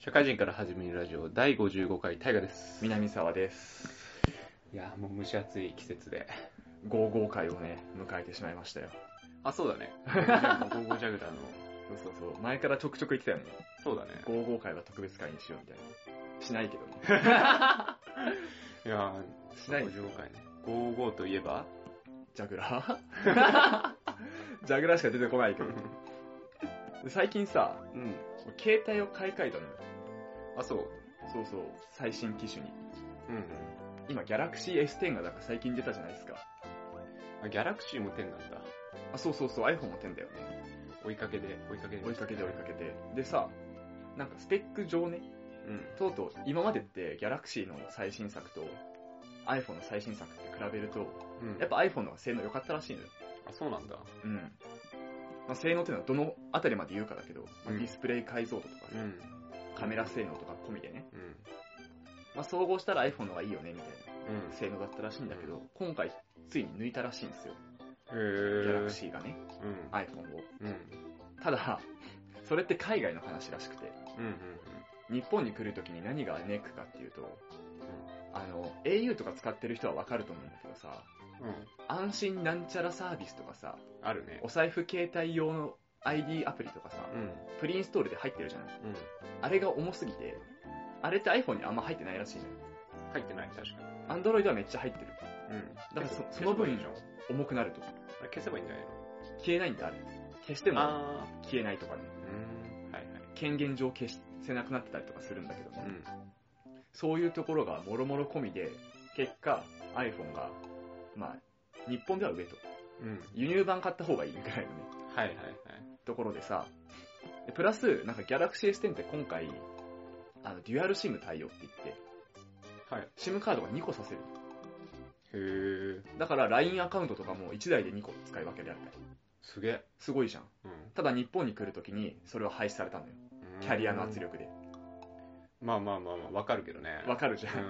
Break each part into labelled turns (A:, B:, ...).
A: 社会人から始めるラジオ第55回大河です
B: 南沢です
A: いやーもう蒸し暑い季節で
B: 55回をね迎えてしまいましたよ
A: あそうだね ゴーゴージャグラーの
B: そうそうそう前からちょくちょく言ってたよね
A: そうだね
B: 55回は特別会にしようみたいなしないけどね
A: いやー
B: しない
A: 55回ね55といえば
B: ジャグラー ジャグラーしか出てこないけどで最近さ
A: うん
B: 携帯を買い替えたのよ
A: あそう
B: そうそう最新機種に
A: うん
B: 今ギャラクシー S10 がだから最近出たじゃないですか
A: あギャラクシーも10なんだ
B: あそうそうそう iPhone も10だよね
A: 追いかけで追いかけで
B: 追いかけて追いかけてでさなんかスペック上ね
A: うん
B: とうとう今までってギャラクシーの最新作と iPhone の最新作って比べると
A: うん
B: やっぱ iPhone の方が性能良かったらしいのよ
A: あそうなんだ
B: うん、まあ、性能っていうのはどのあたりまで言うかだけど、まあ
A: うん
B: ディスプレイ解像度とかさ、
A: ん
B: カメラ性能とか込みでね、
A: うん
B: まあ、総合したら iPhone の方がいいよねみたいな
A: うん
B: 性能だったらしいんだけど、今回ついに抜いたらしいんですよ
A: へ
B: ギ
A: ー
B: ャラクシーがね
A: うん
B: iPhone を
A: うん
B: ただ それって海外の話らしくて
A: うん
B: 日本に来るときに何がネックかっていうと、あの au とか使ってる人はわかると思うんだけどさ
A: うんうんうん
B: 安心なんちゃらサービスとかさ
A: あるね
B: お財布携帯用の ID アプリとかさ、
A: うん
B: プリインストールで入ってるじゃない
A: うん
B: あれが重すぎてあれって iPhone にあんま入ってないらしいのよ
A: 入ってない確かに
B: Android はめっちゃ入ってる
A: うん
B: だからそ
A: 消せば
B: その分
A: いいじゃん
B: 重くなると
A: あれ消せばいいんじゃないの
B: 消えないんだあれ消しても
A: あ
B: 消えないとかね
A: あうんはいはい
B: 権限上消せなくなってたりとかするんだけどね、
A: うん
B: そういうところがもろもろ込みで結果 iPhone がまあ日本では上と
A: うん
B: 輸入版買った方がいいみたいなね
A: はいはいはい
B: ところでさ、でプラス、なんか Galaxy S10 って今回、あの、デュアルシム対応って言って、
A: はいへ
B: SIM カードが2個させる。
A: え
B: だから LINE アカウントとかも1台で2個使い分けであったり。
A: すげえ
B: すごいじゃん。
A: うん
B: ただ日本に来るときにそれは廃止されたのよ。キャリアの圧力で。
A: まあまあまあまあわかるけどね
B: わかるじゃ。
A: うん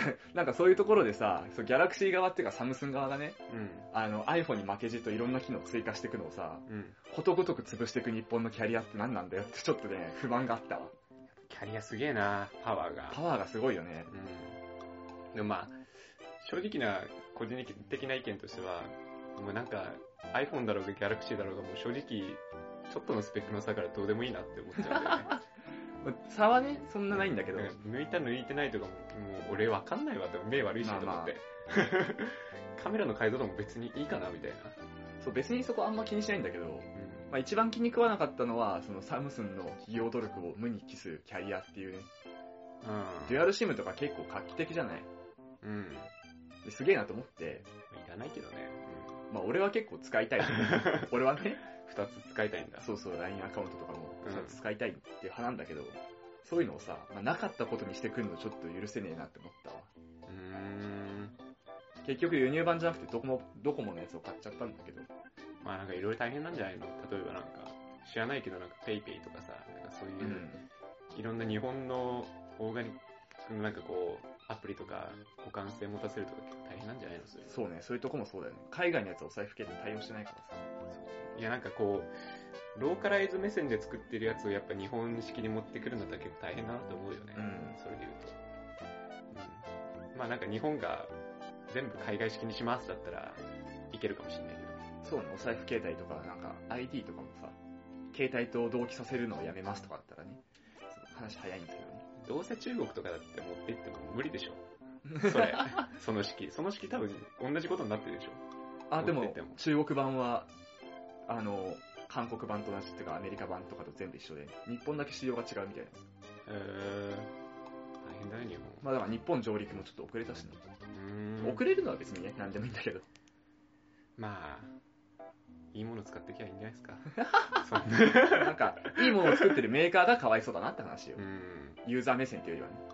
A: ん
B: なんかそういうところでさ、そう Galaxy 側っていうかサムスン側がね、
A: うん
B: あの iPhone に負けじといろんな機能追加していくのをさ、
A: うん
B: ことごとく潰していく日本のキャリアって何なんだよってちょっとね、不満があったわ。
A: キャリアすげえなパワーが
B: パワーがすごいよね。
A: うんでもまあ正直な個人的な意見としてはもうなんか iPhone だろうが Galaxy だろうがもう正直ちょっとのスペックの差からどうでもいいなって思っちゃうんだよね
B: 差はね、そんなないんだけど、
A: う抜いた抜いてないとかも、もう俺わかんないわって、目悪いしと思って。
B: まあま
A: カメラの解像度も別にいいかな、みたいな。
B: そう別にそこあんま気にしないんだけど、
A: うん
B: まあ、一番気に食わなかったのはそのサムスンの企業努力を無に帰すキャリアっていうねデュアルシムとか結構画期的じゃない
A: うん。うん。
B: ですげえなと思って、
A: いらないけどね。
B: まあ、俺は結構使いたい 俺はね
A: 二、つ使いたいんだ。
B: そうそう LINE アカウントとかも
A: うん
B: そう使いたいっていう派なんだけど、そういうのをさ、まあ、なかったことにしてくるのちょっと許せねえなって思ったわ
A: うーん。
B: 結局輸入版じゃなくてドコモドコモのやつを買っちゃったんだけど
A: まあなんかいろいろ大変なんじゃないの例えばなんか、知らないけどなんか PayPay とかさ、なんかそう
B: う
A: いうんいろんな日本のオーガニックのなんかこう、アプリとか互換性持たせるとか結構大変なんじゃないのそれ
B: そうねそういうとこもそうだよね海外のやつはお財布系って対応してないからさ
A: いやなんかこう、ローカライズ目線で作ってるやつをやっぱ日本式に持ってくるんだったら結構大変だなと思うよね。
B: うん
A: それで言うと。うん。まあなんか日本が全部海外式にしますだったらいけるかもしれないけど。
B: そうね、お財布携帯とか、なんか ID とかもさ、携帯と同期させるのをやめますとかだったらね、そう話早いんですけどね。
A: どうせ中国とかだって持って行っても無理でしょ。そ れ。その式。その式多分同じことになってるでしょ。
B: あ、で
A: 持っ
B: も
A: てっても、
B: 中国版は、あの、韓国版と同じっていうか、アメリカ版とかと全部一緒で、日本だけ仕様が違うみたいな。
A: えー、大変だね日本。
B: まあだから日本上陸もちょっと遅れたしね。
A: うーん。
B: 遅れるのは別にね、なんでもいいんだけど。
A: まあ、いいもの使ってきゃいいんじゃない ですか。そんな。
B: なんか、いいものを作ってるメーカーがかわいそうだなって話よ
A: う。ん。
B: ユーザー目線っていうよりはね。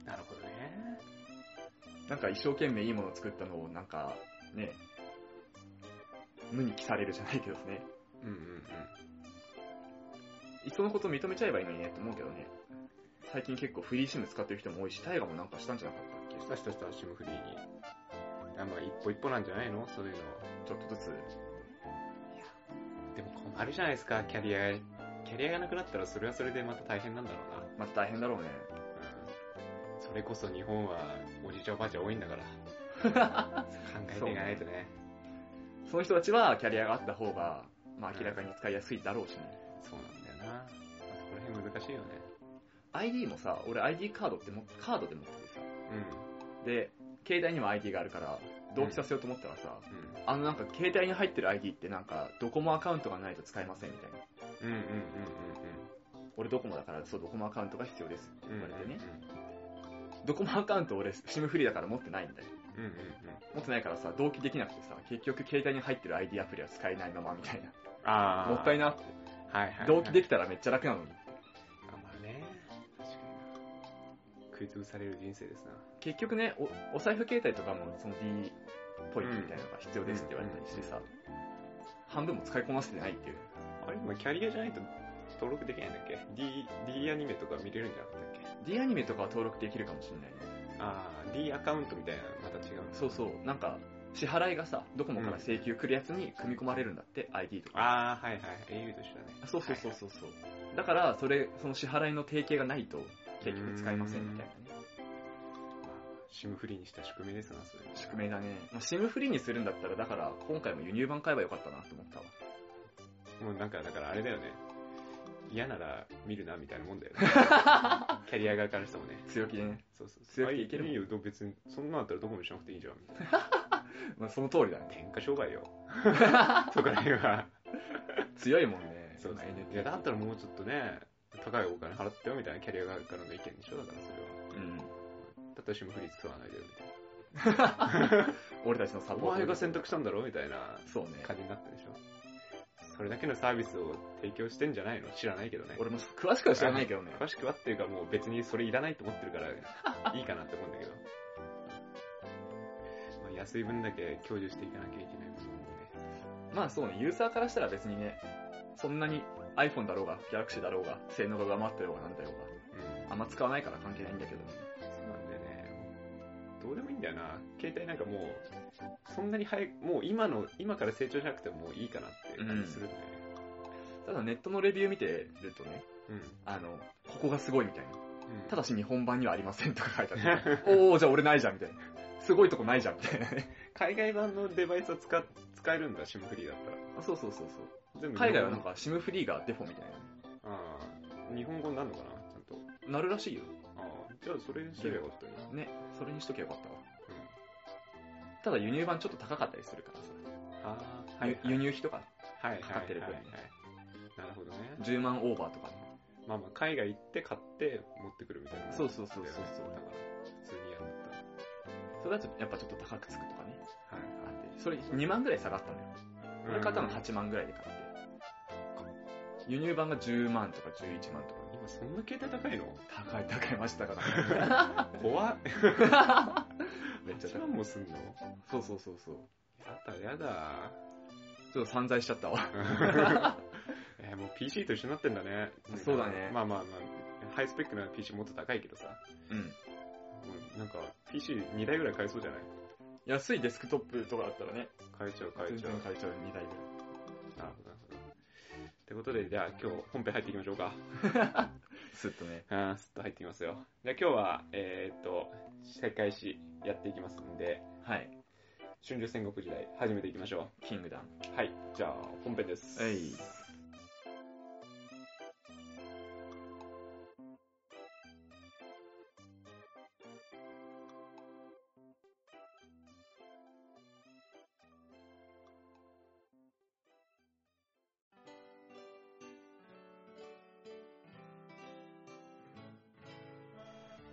A: うんなるほどね。
B: なんか一生懸命いいものを作ったのを、なんか、ね、無に帰されるじゃないけどね。
A: うんうんうん。
B: いっそのこと認めちゃえばいいのにねって思うけどね。最近結構フリーシム使ってる人も多いし、タイガもなんかしたんじゃなかった
A: した
B: っ
A: したした、シムフリーに。あまあ、一歩一歩なんじゃないのそういうの。
B: けちょっとずつ。
A: でも困るじゃないですか、キャリア、キキャリアがなくなったらそれはそれでまた大変なんだろうな。
B: また大変だろうね。
A: うん。それこそ日本はおじいちゃんおばあちゃん多いんだから。考えていかないとね。
B: その人たちはキャリアがあった方が、まあ明らかに使いやすいだろうしね。
A: そうなんだよな。まあそこら辺難しいよね。
B: ID もさ、俺 ID カードっても、カードで持っててさ、
A: うん。
B: で、携帯にも ID があるから、同期させようと思ったらさ、
A: うん。
B: あのなんか携帯に入ってる ID ってなんか、ドコモアカウントがないと使えませんみたいな。
A: うんうんうん
B: 俺ドコモだから、そう、ドコモアカウントが必要ですって
A: うんうん。
B: 言われてね。
A: う
B: ドコモアカウント俺、SIM フリーだから持ってないんだよ。
A: んうんうん。
B: 持ってないからさ、同期できなくてさ、結局携帯に入ってる ID アプリは使えないままみたいな。
A: ああ。
B: もったい
A: な。
B: なって。
A: はいはい。
B: 同期で
A: き
B: きたらめっちゃ楽なのに。
A: た。まあね。確かにな。食いつぶされる人生ですな。
B: 結局ね、おお財布携帯とかもその D ポイントみたいなのが必要ですって言われたりしてさ、半分も使いこなせてないっていう。
A: あれ今キャリアじゃないと登録できないんだっけ ?D、D アニメとか見れるんじゃなかったっけ
B: D アニメとかは登録できるかもしれないね。
A: ああ、D アカウントみたいな、また違う。
B: そうそう、なんか、支払いがさ、ドコモから請求来るやつに組み込まれるんだって、ID とか。
A: ああ、はいはい。au と一緒だね。
B: そうそうそうそうそう。だから、それ、その支払いの提携がないと、結局使えませんみたいなね。
A: シムフリーにした宿命ですな、それ。
B: 宿命だね。まあ、SIM フリーにするんだったら、だから、今回も輸入版買えばよかったなと思ったわ。
A: もうなんか、だからあれだよね。嫌なら見るな、みたいなもん だよね。キャリア側からしてもね。
B: 強気でね。
A: そうそうそう。
B: 強気でいける
A: あいいよ、どう別に。そんなんだったらどこもしなくていいじゃん、みたいな。
B: まあ、その通りだね。
A: 天下商売 よ。そこら辺は。
B: 強いもんね。
A: そうそう。
B: NTT
A: いや、だったらもうちょっとね、高いお金払ってよ、みたいなキャリア側からの意見でしょ、だからそれは。
B: うん。
A: だったらシムフリー使わないでよ、みたいな。
B: 俺たちのサポ
A: お
B: ー
A: 前
B: ト
A: が選択したんだろ、みたいな。
B: そうね。
A: 感じになったでしょ。それだけのサービスを提供してんじゃないの知らないけどね。
B: 俺も詳しくは知らないけどね。
A: 詳しくはっていうかもう別にそれいらないと思ってる から、いいかなって思うんだけど。まあ、安い分だけ享受していかなきゃいけない部分もね。
B: まあそうね、ユーザーからしたら別にね、そんなに iPhone だろうが、Galaxy だろうが、性能が上回ってようがなんだよう
A: うん
B: が、あんま使わないから関係ないんだけどね。。
A: そうなんだよね。どうでもいいんだよな。携帯なんかもう、そんなに早く、もう今の、今から成長しなくてもいいかなっていう感じするんだよね。
B: ただネットのレビュー見てるとね、
A: うん。
B: あの、ここがすごいみたいな。
A: うん
B: ただし日本版にはありませんとか書いて ある。おー、じゃあ俺ないじゃんみたいな。すごいとこないじゃんみたいなね。
A: 海外版のデバイスを使っ、使えるんだ、シムフリーだったら。
B: あそうそうそうそう。
A: 全部
B: 海外はなんか SIM フリーがデフォみたいなね。
A: ああ、日本語になるのかなちゃんと。
B: なるらしいよ。
A: ああ、じゃあそれにすればよかったよな。
B: ね、それにしときゃよかったわ。ただ輸入版ちょっと高かったりするからさ。
A: うん。ああ、
B: ゆ輸入費とか、
A: はいはい
B: かかってる分ね
A: はいはいなるほどね。
B: 10万オーバーとかね。
A: まあまあ、海外行って買って持ってくるみたいな。
B: そうそうそうそう
A: だよねだから、普通にやるんだっ
B: それだとやっぱちょっと高くつくとかね。
A: たら。はい
B: あってそれ2万ぐらい下がったのよ。
A: はい。
B: 俺買ったの
A: うん
B: 8万ぐらいで買って。輸入版が10万とか11万とか。
A: 今そんな携帯高いの
B: 高い高いましたから、 ね。
A: 怖っ。
B: めっちゃ
A: 1
B: 高い
A: 万。もすんの
B: そうそうそうそう。
A: やだやだ。
B: ちょっと散財しちゃったわ。
A: えーもう PC と一緒になってんだね。
B: そうだね
A: まあまあまあ、ハイスペックな PC もっと高いけどさ。
B: うん。
A: うんなんか、PC2 台ぐらい買えそうじゃない
B: 安いデスクトップとかだったらね。
A: 買えちゃう買え
B: 全
A: ちゃ
B: 然
A: う。
B: 買えちゃう2台ぐら
A: な
B: い。
A: るほど、なるほど。ってことで、じゃあ今日本編入っていきましょうか。
B: スッとね。
A: あーすっと入っていきますよ。じゃあ今日は、えーっと、世界史やっていきますんで、
B: はい。
A: 春秋戦国時代始めていきましょ
B: キングダム。
A: う。はい、じゃあ本編です。
B: はい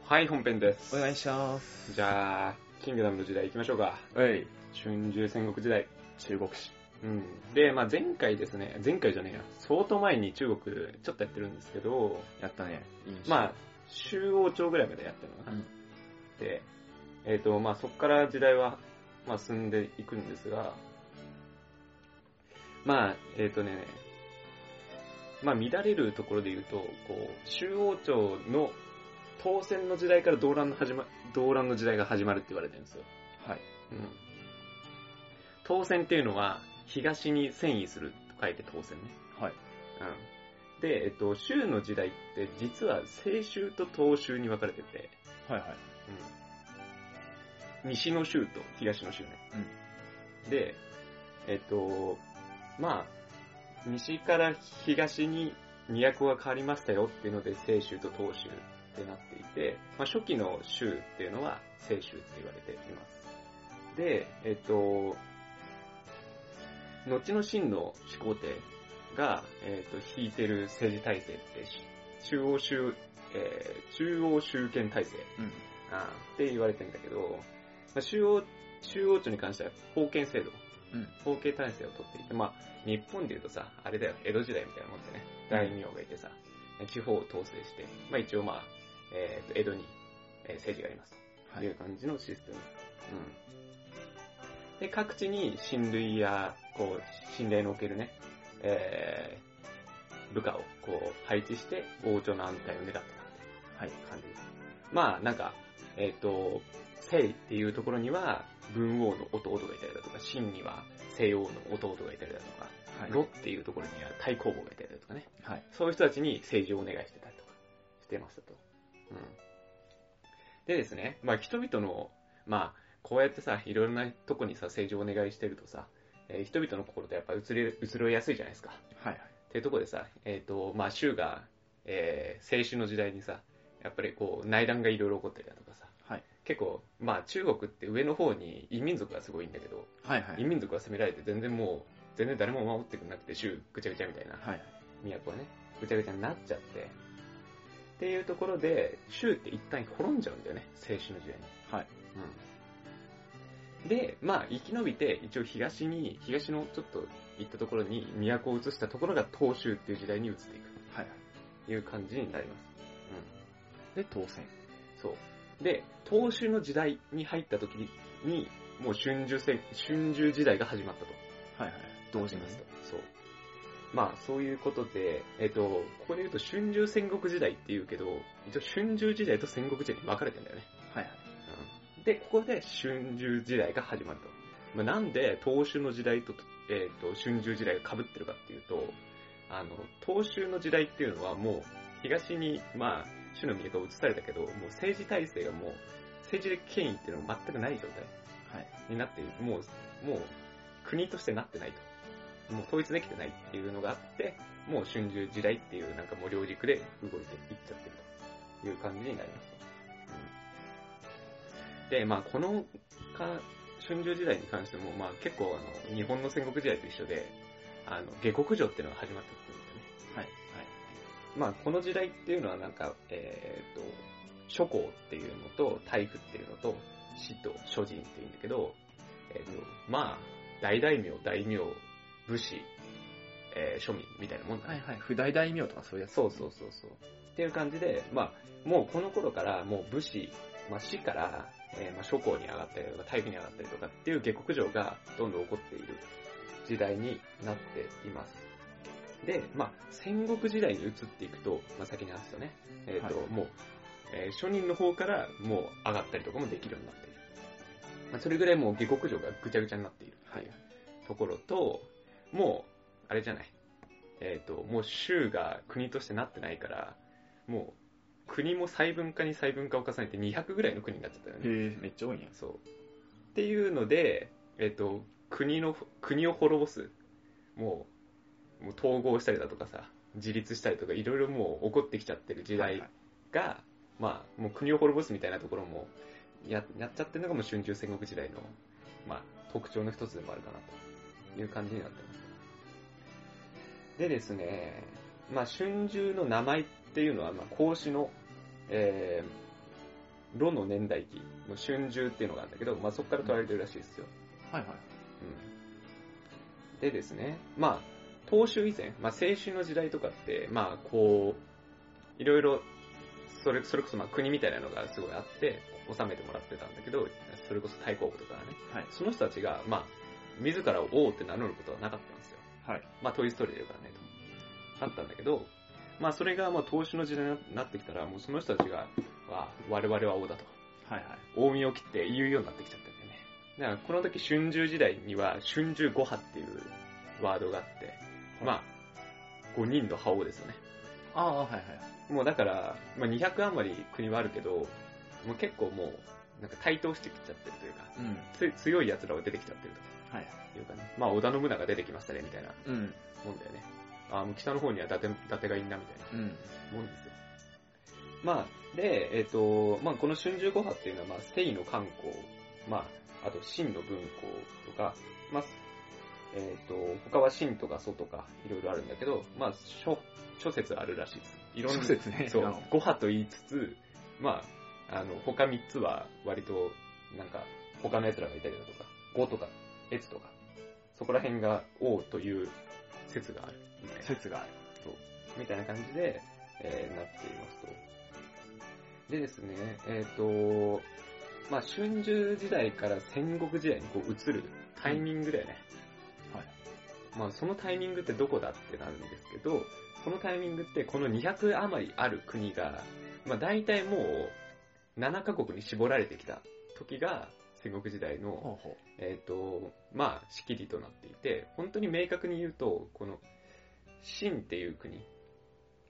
A: はい、本編です。
B: お願いします。
A: じゃあ、キングダムの時代行きましょうか。
B: はい。
A: 春秋戦国時代。
B: 中国史。
A: うん。で、まあ前回ですね、前回じゃねえや、相当前に中国ちょっとやってるんですけど、
B: やったね。
A: まあ、中央朝ぐらいまでやったのかな。
B: うん
A: で、えっ、と、まあ、そこから時代は、まあ、進んでいくんですが、まあ、えっ、とね、まあ、乱れるところで言うと、こう、中央朝の当選の時代から動乱の始ま、動乱の時代が始まるって言われてるんですよ。
B: はい。
A: うん。当選っていうのは、東に遷移すると書いて当選ね。
B: はい。
A: うん。で、えっと、州の時代って実は西州と東州に分かれてて、
B: はいはい。
A: うん、西の州と東の州ね。で、えっと、まあ、西から東に都が変わりましたよっていうので、西州と東州ってなっていて、まあ、初期の州っていうのは西州って言われています。で、えっと、後の秦の始皇帝が、えっと、引いてる政治体制って、し中央集、えー中央集権体制
B: うん。
A: あーって言われてんだけど、まあ、中央、中央庁に関しては封建制度、
B: うん。
A: 封建体制をとっていて、まあ、日本で言うとさ、あれだよ、江戸時代みたいなもんでね、大名がいてさ、地方を統制して、まあ一応まあ、えーと江戸に、えー政治があります
B: は
A: とい
B: い。
A: う感じのシステム。うん。で、各地に親類や、こう、信頼のおけるね、えー、部下をこう配置して、王朝の安泰を願ってたって
B: はい。
A: 感じです。まあ、なんか、えっ、と、聖っていうところには、文王の弟がいたりだとか、秦には西王の弟がいたりだとか、
B: はい。
A: ロっていうところには太公望がいたりだとかね。
B: はい。
A: そういう人たちに政治をお願いしてたりとかしてましたと。うん。でですね、まあ人々の、まあこうやってさ、いろんなとこにさ、政治をお願いしてるとさ、えー人々の心ってやっぱ移れ、移ろいやすいじゃないですか。
B: はい。
A: っていうとこでさ、えっ、と、まあ州が、えー、青春の時代にさ、やっぱりこう内乱がいろいろ起こったりだとかさ、
B: はい。
A: 結構、まあ中国って上の方に異民族がすごいんだけど、
B: はい。はい。
A: 異民族が攻められて全然もう、全然誰も守ってくれなくて州ぐちゃぐちゃみたいな。
B: はい。
A: 都はね、ぐちゃぐちゃになっちゃって、っていうところで、州って一旦滅んじゃうんだよね、青春の時代に。
B: はい。
A: うん。で、まあ、生き延びて、一応東に、東のちょっと行ったところに都を移したところが東州っていう時代に移っていく
B: はい。
A: という感じになります。
B: で、当選。
A: うん。そう。で、東州の時代に入った時に、もう春秋戦、春秋時代が始まったと。
B: はい。はい。同時に。
A: そう。まあ、そういうことで、えっと、ここで言うと春秋戦国時代って言うけど、一応春秋時代と戦国時代に分かれてんだよね。
B: はい。
A: うん、で、ここで春秋時代が始まると。まあ、なんで、東州の時代と、えっと、春秋時代が被ってるかっていうと、あの、東州の時代っていうのはもう、東に、まあ、主の都が移されたけど、もう政治体制がもう、政治的権威っていうのが全くない状態。
B: はい。
A: になっている。もう、もう、国としてなってないと。もう統一できてないっていうのがあって、もう春秋時代っていうなんかもう両軸で動いていっちゃってるという感じになりますと。うんで、まあこのか、春秋時代に関しても、まあ結構あの、日本の戦国時代と一緒で、あの、下克上っていうのが始まってくるんだよね。
B: はい。
A: まあ、この時代っていうのはなんか、えっ、と、諸侯っていうのと、大夫っていうのと、死と諸人っていうんだけど、えっ、と、まあ、大大名、大名、武士、えー庶民みたいなもんだね。
B: はい。はい。不大大名とかそういうやつ。
A: そうそうそうそう。っていう感じで、まあ、もうこの頃からもう武士、まあ死から、えーまあ諸侯に上がったりとか、大夫に上がったりとかっていう下克上がどんどん起こっている時代になっています。で、まあ、戦国時代に移っていくと、まあ先に話すとね、えっ、と、
B: はい
A: もう、えー庶人の方からもう上がったりとかもできるようになっている。まあ、それぐらいもう下克上がぐちゃぐちゃになっているっていうところと、もう、あれじゃない。えっ、と、もう州が国としてなってないから、もう、国も細分化に細分化を重ねて200ぐらいの国になっちゃったよね。
B: へえ、めっちゃ多いんや。
A: そう。っていうので、えっ、と、国の、国を滅ぼす。もう、もう統合したりだとかさ、自立したりとか、いろいろもう起こってきちゃってる時代
B: はい
A: が、まあ、もう国を滅ぼすみたいなところもや、やっちゃってるのがもう春秋戦国時代の、まあ、特徴の一つでもあるかなという感じになってます。でですね、まあ、春秋の名前っていうのは、まあ、孔子の、えー、炉の年代記の春秋っていうのがあるんだけど、まあ、そこから取られてるらしいですよ。
B: はい。はい。
A: うんでですね、まあ、当主以前、まあ、青春の時代とかって、まあ、こう、いろいろ、それ、それこそ、まあ、国みたいなのがすごいあって、治めてもらってたんだけど、それこそ太公部とかね、
B: はい。
A: その人たちが、まあ、自らを王って名乗ることはなかったんですよ。
B: はい。
A: まあ、トイストーリーだからね、と。あったんだけど、まあ、それが、まあ、当主の時代になってきたら、もうその人たちが、わ我々は王だと。
B: はい。はい。
A: 大身を切って言うようになってきちゃったんだよね。だからこの時春秋時代には春秋五派っていうワードがあって、まあ、5人の覇王ですよね。
B: ああ、はいはい。
A: もうだから、まあ、200余り国はあるけど、もう結構もう、なんか台頭してきちゃってるというか、
B: うん。
A: つ強い奴らが出てきちゃってる
B: はい。
A: というかね、まあ織田信長出てきましたねみたいな
B: うん。
A: もんだよね。ああ、もう北の方には伊達伊達がいんなみたいな。
B: うん。
A: もんですよ。まあ、で、えっ、と、まあ、この春秋五派っていうのは、まあ、ステイの観光、まあ、あと、秦の文庫とか、まあ、えっ、と、他は秦とか蘇とか、いろいろあるんだけど、まあ、諸、諸説あるらしいです。いろんな、
B: 諸説ね
A: そう
B: あの、
A: 五派と言いつつ、まあ、あの、他三つは、割と、なんか、他の奴らがいたりだとか、五とか、越とか、そこら辺が王という説があるみたいな。
B: 説がある。
A: みたいな感じで、えーなっていますと。でですね、えっ、と、まあ春秋時代から戦国時代にこう移るタイミングだよね。
B: うんはい。
A: まあそのタイミングってどこだってなるんですけど、そのタイミングってこの200余りある国が、まあ大体もう7カ国に絞られてきた時が戦国時代の、
B: ほうほ
A: えっ、と、まあ、仕切りとなっていて、本当に明確に言うと、この、秦っていう国。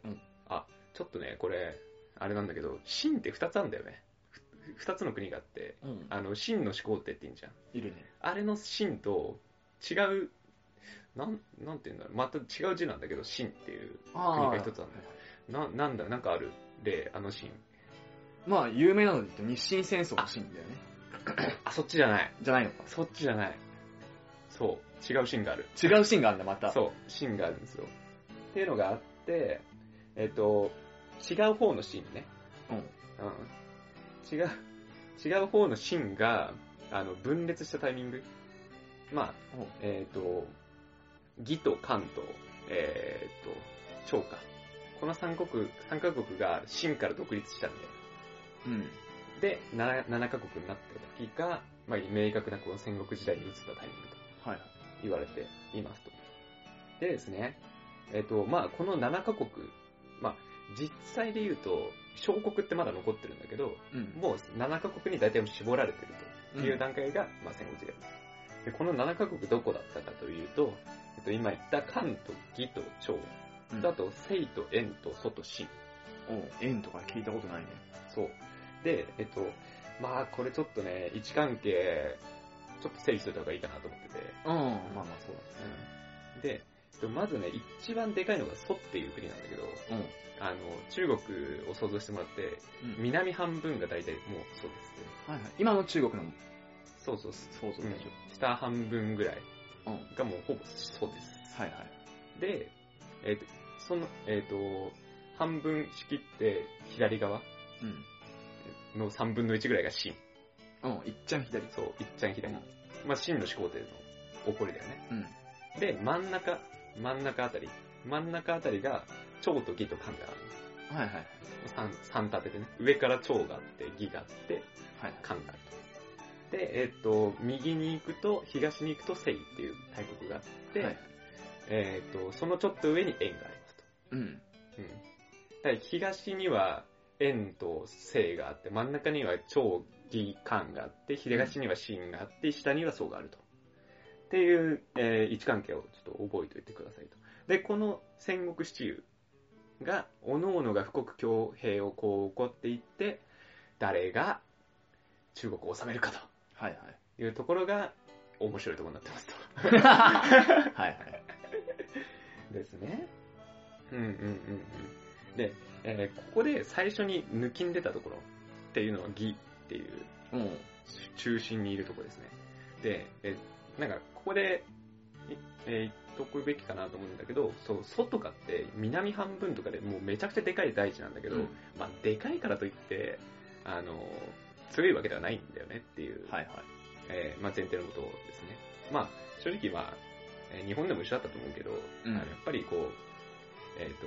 B: うん
A: あ、ちょっとね、これ、あれなんだけど、秦って二つあるんだよね。ふ二つの国があって、
B: う。うん。
A: あの、秦の始皇帝って言うんじゃん。
B: いるね。
A: あれの秦と違う、なん、なんて言うんだろう。また違う字なんだけど、秦っていう。
B: あ
A: 国が一つあるねな、なんだ、なんかある。例、あの秦。
B: まあ、有名なので言うと、日清戦争のシーンだよね。
A: あ、そっちじゃない。
B: じゃないのか。
A: そっちじゃない。そう。違う秦がある。
B: 違うシーンがあるんだ、また。
A: そう、芯があるんですよ。っていうのがあって、えっ、と、違う方の芯ね。
B: うん。
A: うん。違う、違う方の芯が、あの、分裂したタイミング。まあ、
B: ほう
A: えっ、と、義と関と、えっ、と、趙か。この三国、三カ国が秦から独立したんで。
B: うん。
A: で、7, 7カ国になった時が、まあ、明確なこの戦国時代に移ったタイミングと。
B: はいはい。
A: 言われていますと。でですね、えっ、と、まあこの7カ国、まあ実際で言うと、小国ってまだ残ってるんだけど、
B: うん。
A: もう7カ国に大体絞られてるという
B: だ。
A: 段階が、まあ戦後時代です。で、この7カ国どこだったかというと、えっと、今言った関と義と趙、
B: うん
A: だと西と円と蘇と秦。
B: うん。縁とか聞いたことないね。
A: そう。で、えっと、まあこれちょっとね、位置関係、ちょっと整理しといた方がいいかなと思ってて、
B: うん。まあまあ、そう
A: で、えっとまずね、一番でかいのが蘇っていう国なんだけど、
B: だ。うん。
A: あの、中国を想像してもらって、
B: うん
A: 南半分が大体もうそうですね。
B: はいはい。今の中国の
A: そうそう
B: 想像
A: う
B: で
A: ん
B: し
A: 下半分ぐらい
B: ょ。うん。はい
A: がもうほぼそうです。
B: はい。
A: で、えっ、と、その、えっ、と、半分仕切って左側
B: うん。
A: の3分の1ぐらいが秦。
B: うん。いっちゃん左。
A: そう、一ちゃん左。
B: うん
A: まあ秦の始皇帝の怒りだよね。
B: うん。
A: で、真ん中、真ん中あたり。真ん中あたりが、趙と義と漢がある。
B: はいはい。
A: 三、三立てでね。上から蝶があって、義があって、
B: はい。
A: 漢があると。で、えっ、と、右に行くと、東に行くと、西っていう大国があって、
B: はい
A: えっ、と、そのちょっと上に円がありますと。
B: うん。
A: うん。だから東には円と西があって、真ん中には長義漢があって、東には秦があって、下には宋があると。っていう、えー位置関係をちょっと覚えておいてくださいと。で、この戦国七雄が、各々が富国強兵をこう起こっていって、誰が中国を治めるか
B: はいはい。
A: というところが面白いところになってますと。
B: はいはい。
A: ですね。うんうんうんうん。で、えーここで最初に抜きん出たところっていうのは義っていう
B: うん。
A: 中心にいるところですね。で、えーなんかここで、いえー言っとくべきかなと思うんだけど、そう、蘇とかって南半分とかでもうめちゃくちゃでかい大地なんだけど、
B: うん
A: まあでかいからといって、あの、強いわけではないんだよねっていう、
B: はいはい。
A: えーまあ前提のことですね。まあ正直まあ、えー日本でも一緒だったと思うけど、
B: うん
A: あのやっぱりこう、えっ、と、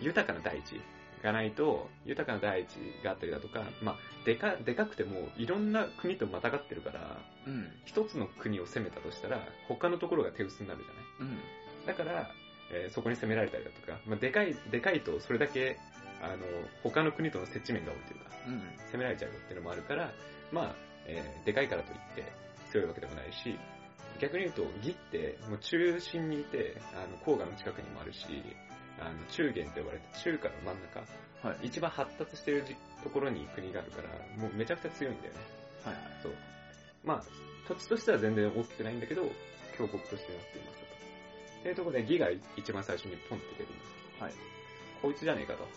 A: 豊かな大地がないと、豊かな大地があったりだとか、まあ、でか、でかくても、いろんな国とまたがってるから、
B: うん。
A: 一つの国を攻めたとしたら、他のところが手薄になるじゃない
B: うん。
A: だから、えーそこに攻められたりだとか、まあ、でかい、でかいと、それだけ、あの、他の国との接地面が多いというか、
B: うん。
A: 攻められちゃうっていうのもあるから、まあ、えーでかいからといって強いわけでもないし、逆に言うと、義って、もう中心にいて、あの、黄河の近くにもあるし、あの中元って呼ばれて、中華の真ん中、
B: はい。
A: 一番発達してるじところに国があるから、もうめちゃくちゃ強いんだよね。
B: はい。
A: そう。まあ、土地としては全然大きくないんだけど、強国としてなっていましたと。っていうところで、義が一番最初にポンって出るんです。
B: はい。
A: こいつじゃねえかと、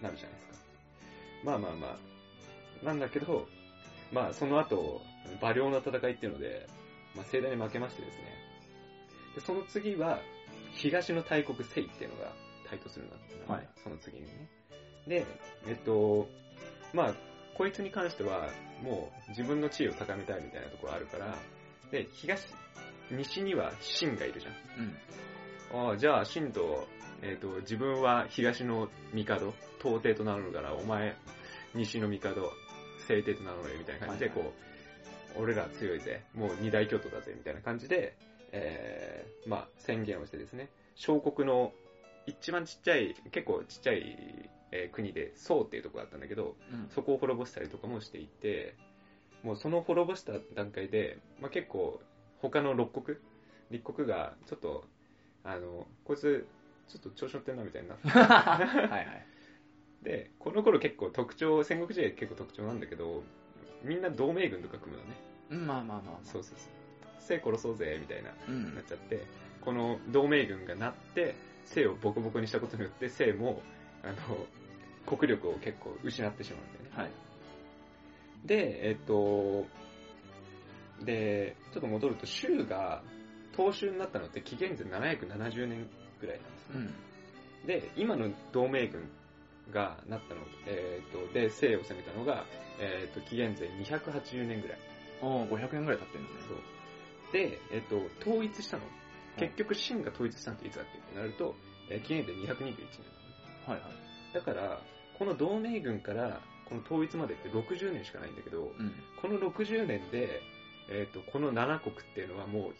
A: なるじゃないですか。まあまあまあ、なんだけど、まあその後、馬良の戦いっていうので、まあ盛大に負けましてですね。で、その次は、東の大国聖っていうのが台頭するんだった
B: はい
A: その次にね。で、えっと、まあ、こいつに関しては、もう自分の地位を高めたいみたいなところあるから、で、東、西には秦がいるじゃん。
B: うん。
A: ああ、じゃあ、神と、えっ、と、自分は東の帝、東帝と名乗るから、お前、西の帝、聖帝と名乗れ、みたいな感じで、
B: はいは
A: こう、俺ら強いぜ、もう二大巨頭だぜ、みたいな感じで、えー、まあ、宣言をしてですね、小国の一番ちっちゃい、結構ちっちゃい、えー国で、宋っていうとこがあったんだけど、
B: うん。
A: そこを滅ぼしたりとかもしていて、もうその滅ぼした段階で、まあ、結構他の六国、立国がちょっと、あの、こいつ、ちょっと調子乗ってんなみたいになっ
B: はいはい。
A: て、この頃結構特徴、戦国時代結構特徴なんだけど、みんな同盟軍とか組むのね。
B: うん、まあまあまあまあ。
A: そうそうそう。生殺そうぜ、みたいな、
B: う
A: なっ
B: ん。
A: ちゃって、この同盟軍がなって、生をボコボコにしたことによって、生も、あの、国力を結構失ってしまうんだよね。
B: はい。
A: で、えっと、で、ちょっと戻ると、州が東州になったのって紀元前770年ぐらいなんですね。
B: うん。
A: で、今の同盟軍がなったの、えっと、で、西を攻めたのが、えっと、紀元前280年ぐらい。
B: おー、500円ぐらい経ってんのね。
A: そう。で、えっと、統一したの。結局、秦が統一したのっていつだっけってなると、えー紀元前221年。
B: はいはい。
A: だから、この同盟軍から、この統一までって60年しかないんだけど、
B: うん。
A: この60年で、えー、とこの7国っていうのはもう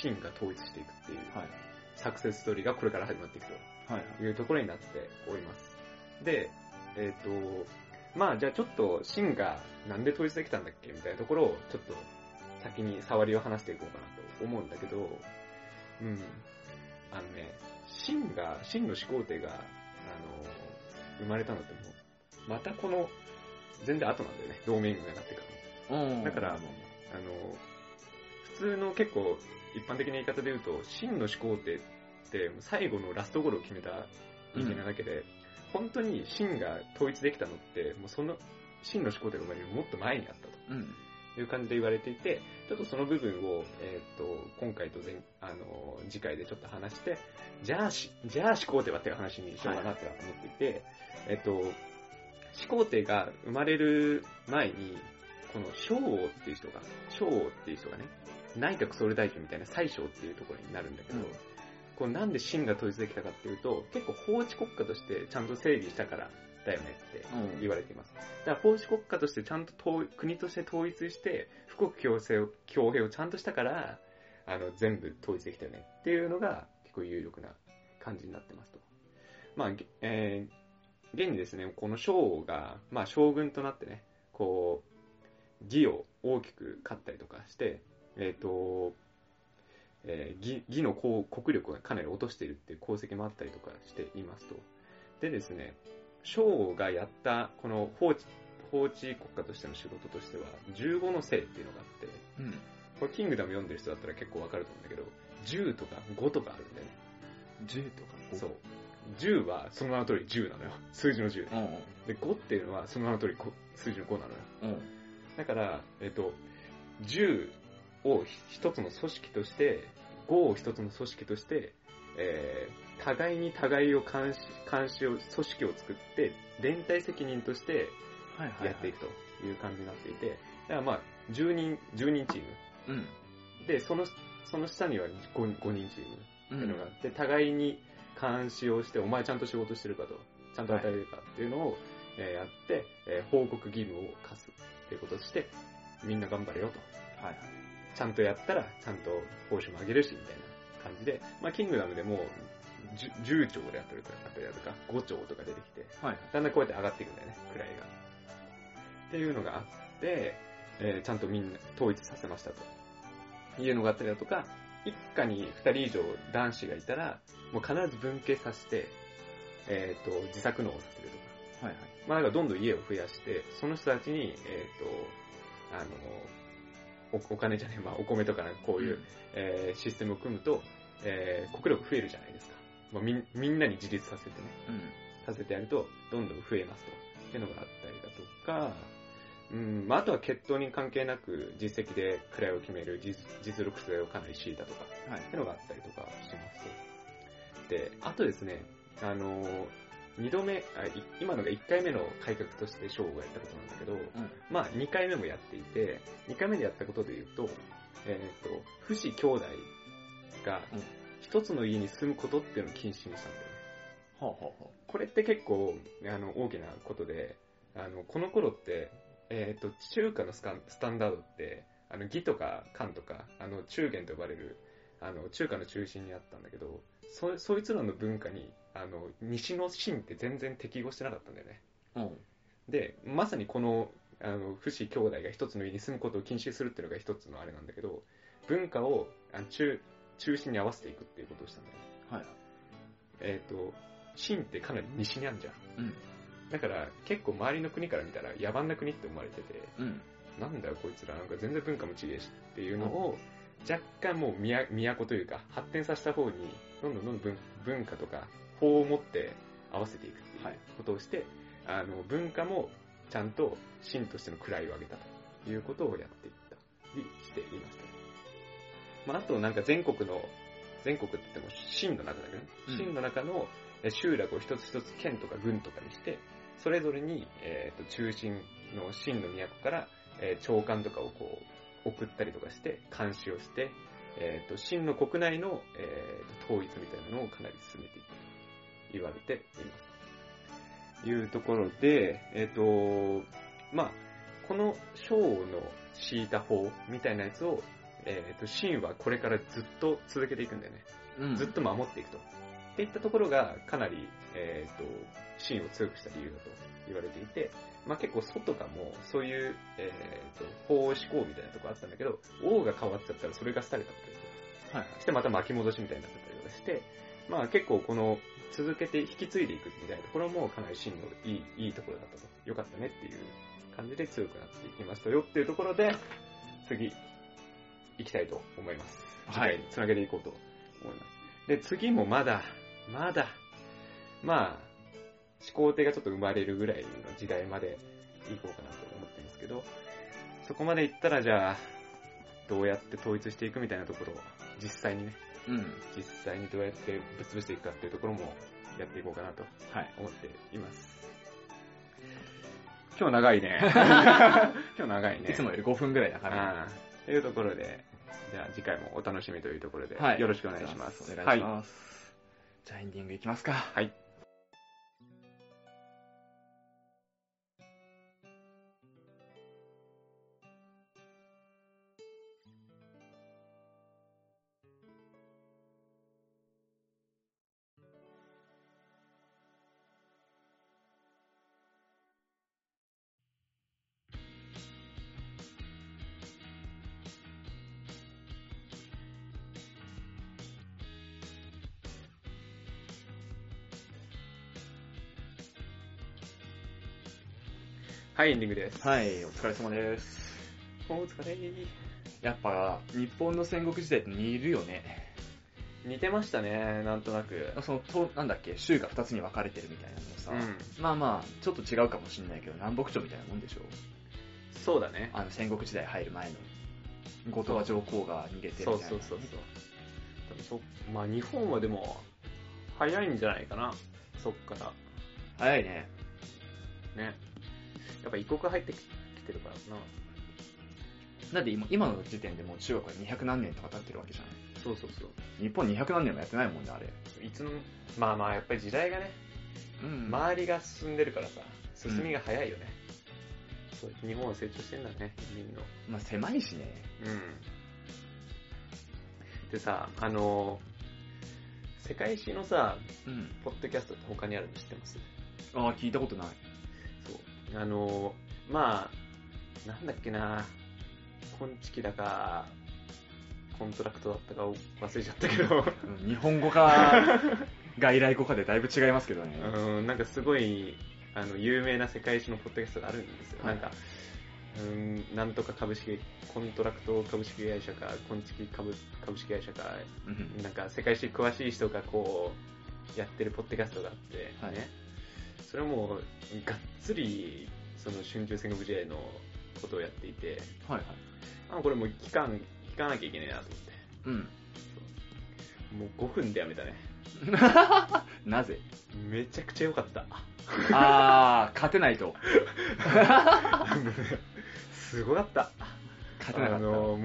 A: 秦が統一していくっていう
B: はい。
A: サクセスストーリーがこれから始まっていく
B: はいはい。
A: というところになっております。で、えっ、と、まあじゃあちょっと秦がなんで統一できたんだっけみたいなところをちょっと先に触りを話していこうかなと思うんだけど、うん。あのね、秦が、秦の始皇帝が、あの、生まれたのってもう、またこの、全然後なんだよね。同盟軍がなってから。
B: おー。
A: だから
B: まあまあ
A: あの、普通の結構一般的な言い方で言うと、真の始皇帝って最後のラストゴールを決めた人間なだけで、本当に真が統一できたのって、もうその、真の始皇帝が生まれるもっと前にあったと。
B: まあうん。
A: いう感じで言われていて、ちょっとその部分を、えーっ、と、今回と前、あの、次回でちょっと話して、じゃあし、じゃあ始皇帝はっていう話にしようかなって思っていて、えーっ、と、始皇帝が生まれる前に、この昭王っていう人が、昭王っていう人がね、内閣総理大臣みたいな最小っていうところになるんだけど、
B: うん
A: こうなんで秦が統一できたかっていうと、結構法治国家としてちゃんと整備したからだよねって
B: うん
A: 言われています。だから法治国家としてちゃんと統一国として統一して、富国強制を、強兵をちゃんとしたから、あの、全部統一できたよねっていうのが結構有力な感じになってますと。まあ、げえー、現にですね、この将王が、まあ将軍となってね、こう、義を大きく勝ったりとかして、えっ、と、えー義義のこう国力がかなり落としているっていう功績もあったりとかしていますと。でですね、昭王がやったこの法治法治国家としての仕事としては、15の姓っていうのがあって、
B: うん。
A: これキングダム読んでる人だったら結構わかると思うんだけど、10とか5とかあるんだよね。
B: 10とか5。
A: そう。10はその名の通り10なのよ。 数字の10
B: う
A: ね。
B: ん。
A: で、5っていうのはその名の通りこ数字の5なのよ。
B: うん。
A: だから、えっと、10を一つの組織として、5を一つの組織として、えー互いに互いを監視、監視を、組織を作って、連帯責任として
B: はいはい。
A: やっていくという感じになっていて、だからまあ、10人、10人チーム。
B: うん。
A: で、その、その下には 5, 5人チーム。
B: う
A: っていうのがあ
B: ん。
A: って、互いに監視をして、お前ちゃんと仕事してるかと、ちゃんと与えれるかっていうのを、えーやって、えー報告義務を課すっていうことをして、みんな頑張れよと。
B: はいはい。
A: ちゃんとやったら、ちゃんと報酬も上げるし、みたいな感じで、まあ、キングダムでも、10兆であったりとか、あったりだとか、5兆とか出てきて、
B: はいはい。
A: だんだんこうやって上がっていくんだよね、位が。っていうのがあって、えーちゃんとみんな統一させましたと。いうのがあったりだとか、一家に2人以上男子がいたら、もう必ず分家させて、えっ、と、自作農をさせるとか。
B: はいはい。
A: まあ、だからどんどん家を増やして、その人たちに、えっ、と、あの、おお金じゃねえ、まあ、お米とかなんかこういう、えーシステムを組むと、えー国力増えるじゃないですか。まあ、みんみんなに自立させてね、
B: うん。
A: させてやると、どんどん増えますと。っていうのがあったりだとか、うん、まあ、あとは血統に関係なく実績で位を決める実実力性をかなり強いたとか、
B: はい
A: っていうのがあったりとかします。で、あとですね、あのー、二度目、あい今のが1回目の改革として賞をやったことなんだけど、
B: うん。
A: まあ2回目もやっていて、2回目でやったことで言うと、えっ、と、不死兄弟が
B: うん
A: 一つの家に住むことっていうのを禁止にしたんだよね。
B: ほうほうほ
A: これって結構、あの、大きなことで、あの、この頃って、えっ、と、中華のスカンスタンダードって、あの、義とか漢とか、あの、中原と呼ばれる、あの、中華の中心にあったんだけど、そ、そいつらの文化に、あの、西の秦って全然適合してなかったんだよね。
B: う。うん。
A: で、まさにこの、あの、不死兄弟が一つの家に住むことを禁止するっていうのが一つのあれなんだけど、文化を、あの中、中心に合わせていくっていうことをしたんだよね。
B: はい。
A: えっ、と、秦ってかなり西にあるじゃん。
B: うん。
A: だから、結構周りの国から見たら野蛮な国って思われてて、
B: うん。
A: なんだよこいつら、なんか全然文化も違えしっていうのを、若干もうみや都というか、発展させた方に、どんどんどんどん文文化とか、法を持って合わせていくって
B: はいいう
A: ことをして、あの、文化もちゃんと真としての位を上げたということをやっていったりしていました。まあ、あとなんか全国の、全国って言っても真の中だけどね、
B: うん
A: 真の中のえ集落を一つ一つ県とか郡とかにして、それぞれに、えーと中心の真の都から、えー長官とかをこう送ったりとかして、監視をして、えーと真の国内の、えーと統一みたいなのをかなり進めていったと言われています。というところで、えっ、と、まあ、この章の敷いた法みたいなやつを、えっ、と、シンはこれからずっと続けていくんだよね。
B: うん。
A: ずっと守っていくと。っていったところが、かなり、えっ、と、シンを強くした理由だと言われていて、まあ結構外とかも、そういう、えっ、と、法思考みたいなとこあったんだけど、王が変わっちゃったらそれが廃れたっていう
B: はいはい。
A: してまた巻き戻しみたいになってたりとかして、まあ結構この続けて引き継いでいくみたいなところもかなり真のいい、いいところだったと。良かったねっていう感じで強くなっていきましたよっていうところで、次、行きたいと思います。
B: はい。
A: つなげていこうと思います。で、次もまだ、まだ、まあ、思考帝がちょっと生まれるぐらいの時代まで行こうかなと思ってますけど、そこまで行ったらじゃあ、どうやって統一していくみたいなところを、実際にね、
B: うん。
A: 実際にどうやってぶっ潰していくかっていうところもやっていこうかなと
B: はい。
A: 思っています。今日長いね。今日長いね。
B: いつもより5分ぐらいだから。
A: ああ。というところで、じゃあ次回もお楽しみというところで、
B: はい
A: よろしくお願いします。
B: お願いし
A: はい。
B: ます。じゃあエンディングいきますか。
A: はい。はい、エンディングです。
B: はい、お疲れ様です。
A: お疲れ。
B: やっぱ、日本の戦国時代って似るよね。
A: 似てましたね、なんとなく。
B: その、と、なんだっけ、州が2つに分かれてるみたいなのもさ、
A: うん。
B: まあまあ、ちょっと違うかもしんないけど、南北朝みたいなもんでしょ
A: そうだね。
B: あの、戦国時代入る前の。後鳥羽上皇が逃げてみたい
A: そ
B: な。
A: うそうそうそう。多分そまあ日本はでも、早いんじゃないかな。そっから。
B: 早いね。
A: ね。やっぱ異国入ってききてるからな。
B: だって今今の時点でもう中国は200何年とか経ってるわけじゃん。
A: そうそうそう。
B: 日本200何年もやってないもんね、あれ。
A: いつの、まあまあやっぱり時代がね、
B: うん
A: 周りが進んでるからさ、進みが早いよね。そう、日本は成長してんだね、みんな。
B: まあ狭いしね。
A: うん。でさ、あのー世界史のさ、
B: うん。
A: ポッドキャストって他にあるの知ってます
B: ああ、聞いたことない。
A: そう。あのーまあ、なんだっけな、コンチキだか、コントラクトだったかを忘れちゃったけど、
B: うん日本語 か、外来語かでだいぶ違いますけどね。
A: うん、なんかすごい、あの、有名な世界史のポッドキャストがあるんですよ。
B: はい
A: なんか、うん、なんとか株式、コントラクト株式会社か、コンチキ株株式会社か、
B: うん
A: なんか世界史詳しい人がこう、やってるポッドキャストがあって、ね。
B: はい
A: それはもう、がっつり、その春秋戦国時代のことをやっていて、
B: はいはい。
A: あ、これもう聞かん、聞かなきゃいけないなと思って。
B: うん。
A: もう5分でやめたね。
B: なぜ
A: めちゃくちゃ良かっ た。
B: あー、勝てないと。
A: あのねすごかった。
B: 勝てなか
A: あ
B: った。
A: のもう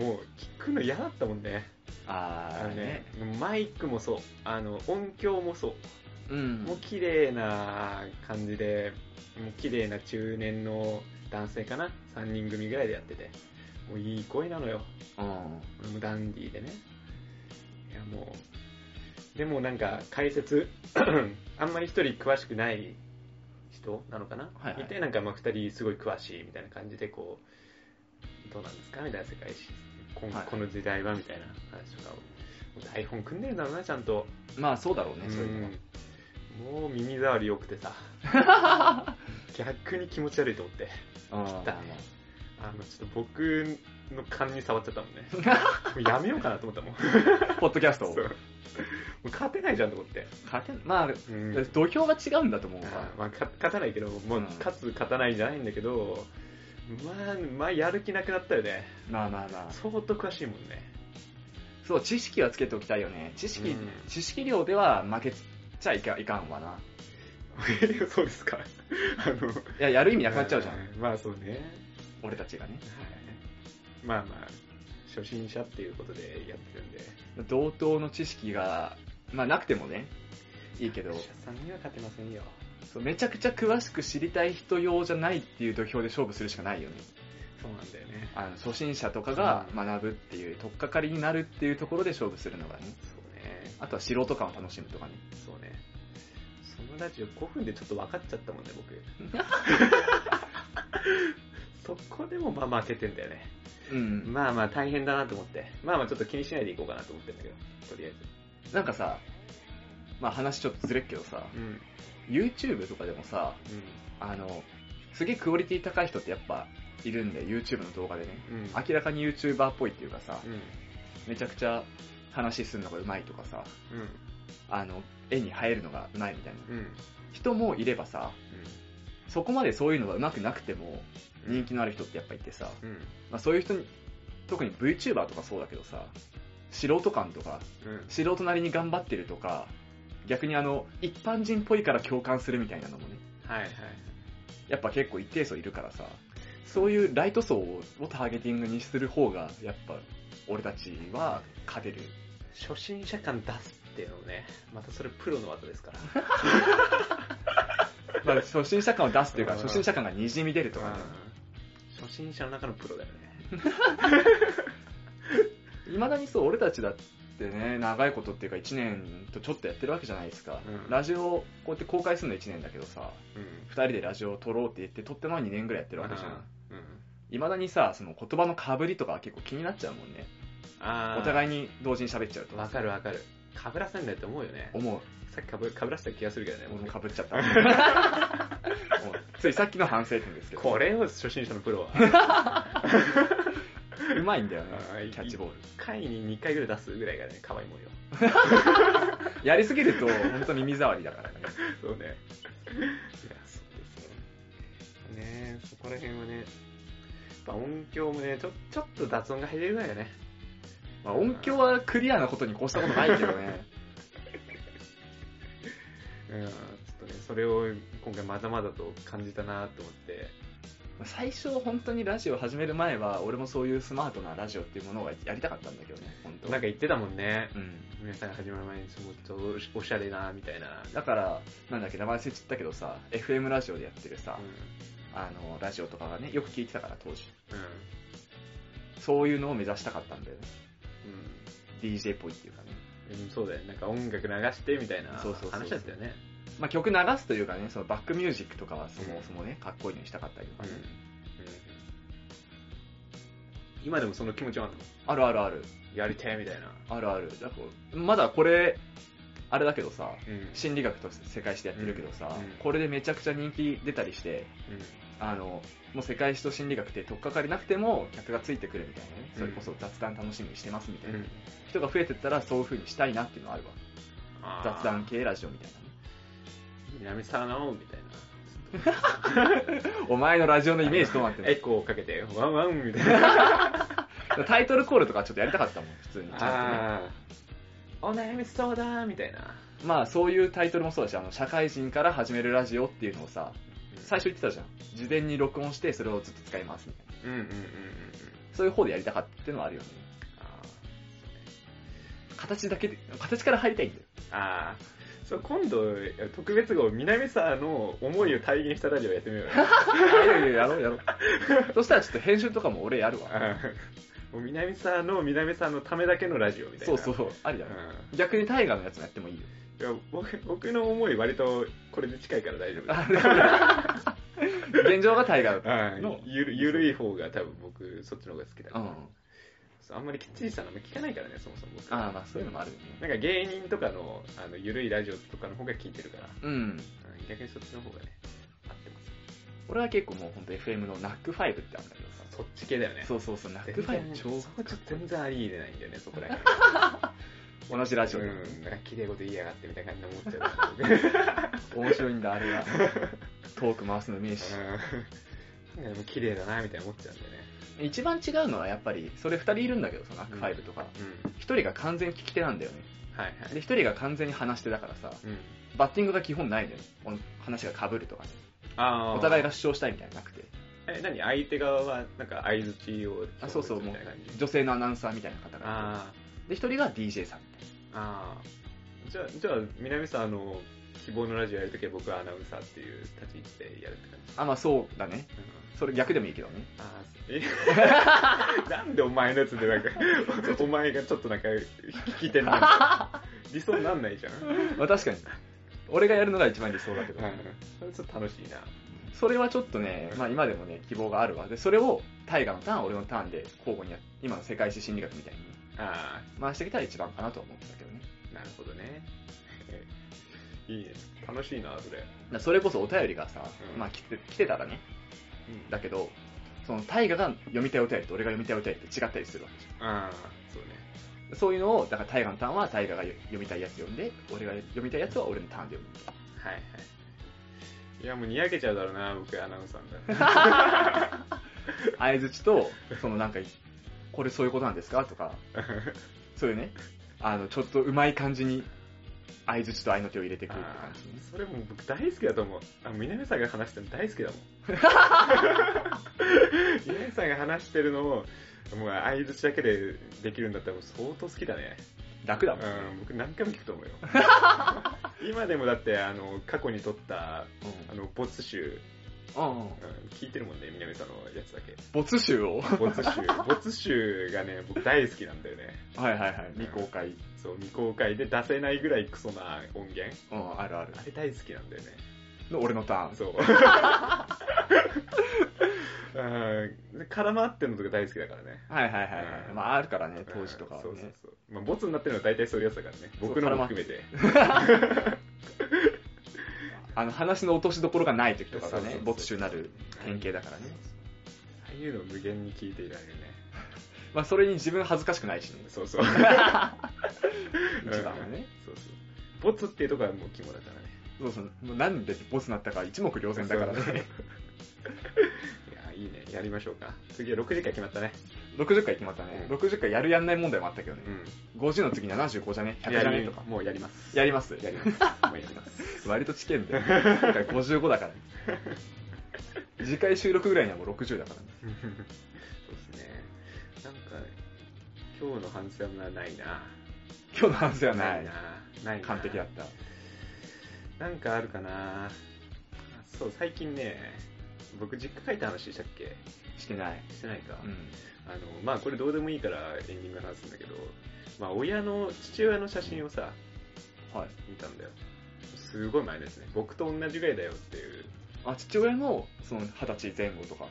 A: 聞くの嫌だったもんね。
B: あ
A: あの
B: ー、
A: ね
B: ね。、
A: マイクもそう、あの、音響もそう。
B: う。
A: もうん綺麗な感じで、もう綺麗な中年の男性かな ?3 人組ぐらいでやってて。もういい声なのよ。
B: うん。
A: もうダンディーでね。いやもう、でもなんか解説、 あんまり一人詳しくない人なのかな、
B: はいはい
A: て、なんかまあ二人すごい詳しいみたいな感じでこう、どうなんですかみたいな世界史。こん
B: はい
A: この時代はみたいな話とかを。もう台本組んでるんだろうな、ちゃんと。
B: まあ、そうだろうね、そうういうのは。
A: んもう耳障り良くてさ逆に気持ち悪いと思って
B: うん
A: 切ったあのちょっと僕の勘に触っちゃったもんね もうやめようかなと思ったもん
B: ポッドキャストを
A: そうもう 勝てないじゃんと思って、
B: 勝てんまあ、
A: うん
B: 土俵が違うんだと思うわ
A: まあ、か勝たないけどもう
B: うん
A: 勝つ勝たないじゃないんだけど、まあ、まあやる気なくなったよね
B: まあまあまあ。
A: 相当詳しいもんね
B: そう、知識はつけておきたいよね。知識、
A: うん
B: 知識量では負けちゃいかいかんわな。
A: そうですかあの
B: いや、やる意味なくなっちゃうじゃん。
A: まあそうね
B: 俺たちがね。
A: はい。まあまあ、初心者っていうことでやってるんで。
B: 同等の知識が、まあなくてもね、いいけど
A: 初、心者さんには勝てませんよ。
B: そうめちゃくちゃ詳しく知りたい人用じゃないっていう土俵で勝負するしかないよね。
A: そうなんだよね。
B: あの、初心者とかが
A: うん
B: 学ぶっていう、とっかかりになるっていうところで勝負するのがね。
A: そうね。
B: あとは素人感を楽しむとかね。
A: そうね。そのラジオ5分でちょっと分かっちゃったもんね、 僕。そこでもまあ負けてんだよね。
B: うん。
A: まあまあ大変だなと思って。まあまあちょっと気にしないでいこうかなと思ってんだけど、とりあえ
B: なんかさ、まあ話ちょっとずれっけどさ、
A: ず。うん。
B: YouTube とかでもさ、
A: う
B: あの、すげえクオリティ高い人ってやっぱいるんで、YouTube の動画でね。
A: ん。うん。
B: 明らかに YouTuber っぽいっていうかさ
A: う、ん。
B: めちゃくちゃ話するのが上手いとかさ、
A: うん。
B: あの、絵に入るのが上手いみたいな
A: うん。うん。
B: 人もいればさ、そこまでそういうのが上手くなくても人気のある人ってやっぱいてさ、
A: うん。うん。
B: まあそういう人に、特に VTuber とかそうだけどさ、素人感とか、
A: うん。
B: 素人なりに頑張ってるとか、逆にあの、一般人っぽいから共感するみたいなのもね、
A: はいはい。
B: やっぱ結構一定層いるからさ、そういうライト層をターゲティングにする方が、やっぱ、俺たちは勝てる。
A: 初心者感出すっていうのもね、またそれプロの技ですから。
B: まあ、初心者感を出すという
A: う
B: か、
A: ん
B: 初心者感がにじみ出るとかね。
A: 初心者の中のプロだよね。
B: 未だにそう、俺たちだってね、長いことっていうか、1年とちょっとやってるわけじゃないですか。
A: うん
B: ラジオ、こうやって公開するの1年だけどさ、
A: うん。
B: 2人でラジオを撮ろうって言って、撮ったのは2年ぐらいやってるわけじゃん。
A: うん。
B: 未だにさ、その言葉の被りとかは結構気になっちゃうもんね。
A: あー
B: お互いに同時に喋っちゃうと。
A: わかるわかる。かぶらせんだよって思うよね。
B: 思う。
A: さっきかぶかぶらせた気がするけどね。
B: 俺も
A: 僕
B: かぶっ ちゃった。もうついさっきの反省点ですけど。
A: これを初心者のプ ロは。
B: うまいんだよね
A: あーいい。
B: キャッチボール。
A: 回に2回ぐらい出すぐらいがね、可愛いもんよ。
B: やりすぎると、本当に耳障りだからね。
A: そうね。いや、そうですね。ねえそこら辺はね、やっぱ音響もね、ちょちょっと雑音が入れるぐらいよね。
B: まあ、音響はクリアなことに越したことないけど ね。
A: うん、ちょっとね、それを今回まだまだと感じたなと思って。
B: 最初、本当にラジオ始める前は、俺もそういうスマートなラジオっていうものがやりたかったんだけどね、本当
A: なんか言ってたもんね。
B: うん。
A: 皆さんが始まる前に、もっとおしゃれな、みたいな。
B: だから、なんだっけ、名前忘れちゃったけどさ、FM ラジオでやってるさ、
A: う
B: あの、ラジオとかがね、よく聞いてたから、当時。
A: ん。うん。
B: そういうのを目指したかったんだよね。
A: うん
B: DJ っぽいっていうかね。
A: うんそうだよね。なんか音楽流してみたいな
B: そうそうそう
A: 話だったよね。
B: まあ、曲流すというかね、そのバックミュージックとかはそもそもね、かっこいいのにしたかったりとかね。
A: うんうん今でもその気持ちはあるの
B: あるあるある。
A: やりてえみたいな。
B: あるある。だからまだこれ、あれだけどさ、
A: うん。うん。
B: 心理学と世界史でやってるけどさ、
A: うんうん
B: これでめちゃくちゃ人気出たりして、あの、もう世界史と心理学って取っかかりなくても客がついてくるみたいなね、
A: うん
B: それこそ雑談楽しみにしてますみたいな、
A: うん
B: 人が増えてったらそういう風にしたいなっていうのはあるわ。
A: あー
B: 雑談。系ラジオみたいなね。
A: 南沢直みたいな。
B: お前のラジオのイメージどうなってんの
A: エコーかけて、ワンワンみたいな。
B: タイトルコールとかちょっとやりたかったもん、普通に。ちゃんとね。
A: あーお悩み相談みたいな。
B: まあそういうタイトルもそうだし、あの、社会人から始めるラジオっていうのをさ、最初言ってたじゃん。事前に録音してそれをずっと使いますみたいな。
A: うんうんうんうんうん。
B: そういう方でやりたかったっていうのはあるよね。
A: あ
B: 形だけで、形から入りたいんだよ。
A: ーあー。そう、今度、特別号、南沢の思いを体現したラジオやって みようよ。
B: いやいややろうや ろう。そしたらちょっと編集とかも俺やるわ。
A: あーもう南沢の南沢のためだけのラジオみたい
B: そ
A: な。。
B: うそうう、ありだ
A: ん
B: ね。逆に大河のやつもやって もいいよ。
A: いや僕僕の思い割とこれで近いから大丈夫
B: あでもね現状が大河だった。
A: は
B: の
A: い、ゆるゆるい方が多分僕そっちの方が好きだか
B: う
A: ら、
B: ん。
A: そうあんまりきっちりしたのも聞かないからねそもそも僕
B: ああ、まあそういうのもあるよね。
A: なんか芸人とかのあのゆるいラジオとかの方が聞いてるから、
B: うん。
A: うん逆にそっちの方がね合ってま
B: 俺は結構もう本当 FM の NAC5 ってあるんだけどさ。
A: すそっち系だよね
B: そうそうそう、
A: 全然
B: NAC5 超
A: そこちょっと全然あり入れないんだよねそこらへん
B: 同じラジオ
A: う
B: で。
A: んなんか綺麗事言いやがってみたいな感じで思っちゃ うから
B: 面白いんだ、あれが。トーク回すのうめえし。
A: 僕うんなんかでも綺麗だなみたいな思っちゃうんだよね
B: 一番違うのはやっぱり、それ二人いるんだけどさ、NAC5 とか。
A: うん
B: 一人が完全聞き手なんだよね。
A: はいはい
B: で、一人が完全に話してだからさ、
A: うん
B: バッティングが基本ないんだよね。この話が被るとかね。
A: あー
B: お互いが主張したいみたいなのなくて。
A: え何相手側はなんか相づちを
B: あそうそう
A: みたいな感じ
B: 女性のアナウンサーみたいな方が
A: あ
B: いてで一人が DJ さんみたい
A: あああじゃあじゃあ南さんあの希望のラジオやるときは僕はアナウンサーっていう立ち位置でやるって感じ、
B: なあまあそうだねそれ逆でもいいけどね
A: ああえ なんでお前のやつでなんかお前がちょっとなんか聞き手に なる理想なんないじゃん、うん、
B: まあ確かに俺がやるのが一番理想だけど、
A: それちょっと楽しいな
B: それはちょっとね、まあ、今でもね希望があるわでそれを大河のターン俺のターンで交互にやっ今の世界史心理学みたいに
A: あ
B: 回してきたら一番かなとは思ってたけどね
A: あなるほどねいいね楽しいなそれ、
B: だからそれこそお便りがさ、
A: うん
B: まあ、来て来てたらねだけどその大河が読みたいお便りと俺が読みたいお便りって違ったりするわけじゃん
A: ああそうね
B: そういうのを、だから大河のターンは大河が読みたいやつ読んで、俺が読みたいやつは俺のターンで読む。
A: はいはい。いや、もうにやけちゃうだろうな、僕、アナウンサーだ。
B: 相づちと、そのなんか、これそういうことなんですかとか、そういうね、あの、ちょっとうまい感じに、相づちと相の手を入れてくるって
A: あ
B: 感じね
A: ーそれもう僕大好きだと思う。あ、南さんが話してるの大好きだもん。南さんが話してるのを、もう相づちだけでできるんだったらもう相当好きだね。
B: 楽だもん。
A: うん、僕何回も聞くと思うよ。今でもだって、あの、過去に撮った、あの、ボツ集、
B: うん。うん。
A: うん聞いてるもんね、南さんのやつだけ。
B: 没収を
A: ボツ集。ボツ集がね、僕大好きなんだよね。
B: はいはいはい。未公開。
A: そう、未公開で出せないぐらいクソな音源。
B: うん、あるある。
A: あれ大好きなんだよね。
B: の俺のターン。
A: そう。うんで絡まってんのとか大好きだからね。
B: はいはいはいは
A: う
B: い。
A: ん
B: まああるからね、当時とかは
A: うんそう
B: ね。
A: そうそう。まあ、ボツになってるのは大体そういうやつだからね。僕のも含めて。
B: あの、話の落としどころがない時とか
A: そう
B: が
A: そうそ
B: ね
A: う、
B: 没収になる典型だからね
A: そう。そうああいうの無限に聞いていられるね。
B: まあそれに自分恥ずかしくないしね。
A: そう そう。
B: 一番はね。
A: そうそう。ボツっていうとこはもう肝だからね。
B: そうそう。もうなんでボスになったか一目瞭然だから
A: そう
B: ね。
A: いや、いいね。やりましょうか。次は6時間決まったね。
B: 60回決まったね。
A: うん
B: 60回やるやんない問題もあったけどね
A: う。ん。
B: 50の次75じゃね ?100
A: いや
B: じゃねとか。
A: もうやります。
B: やります。
A: やります。もうやります。
B: 割と知見 で。今回55だから。次回収録ぐらいにはもう60だからね。
A: そうですね。なんか、今日の反省はないな。
B: 今日の話はな
A: ない
B: い
A: な。。ないな。
B: 完璧だった。
A: なんかあるかな。あそう、最近ね、僕実家帰った話したっけ
B: してない。
A: してないか。
B: うん。
A: あの、まあこれどうでもいいからエンディングの話すんだけど、まあ親の、父親の写真をさ、
B: はい。
A: 見たんだよ。すごい前ですね。僕と同じぐらいだよっていう。
B: あ、父親も、その、20歳前後とか、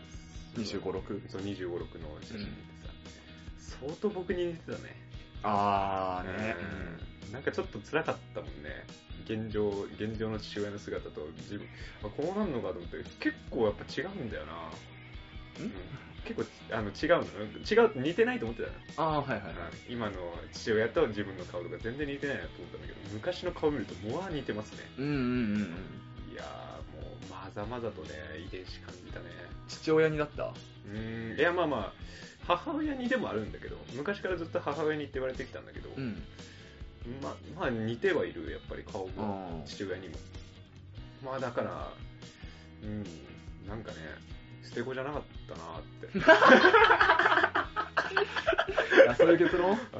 B: 25、6。
A: そう、25、6の写真見てさ、相当僕に似てたね。
B: あーね。
A: うんなんかちょっと辛かったもんね。現状、現状の父親の姿と自分、あこうなんのかと思って、結構やっぱ違うんだよな。
B: うん
A: うん結構あの違うの違う、似てないと思ってたの。
B: ああ、はいはいはい。
A: 今の父親と自分の顔とか全然似てないなと思ったんだけど、昔の顔見ると、もう似てますね。
B: うんうんうんうん。
A: いやー、もう、まざまざとね、遺伝子感じたね。
B: 父親にだった
A: うーん、いや、まあまあ、母親にでもあるんだけど、昔からずっと母親にって言われてきたんだけど、
B: ん。
A: ままあ似てはいるやっぱり顔も
B: あ
A: 父親にもまあだからうんなんかね捨て子じゃなかったなっ て、
B: あ。そういう結論
A: う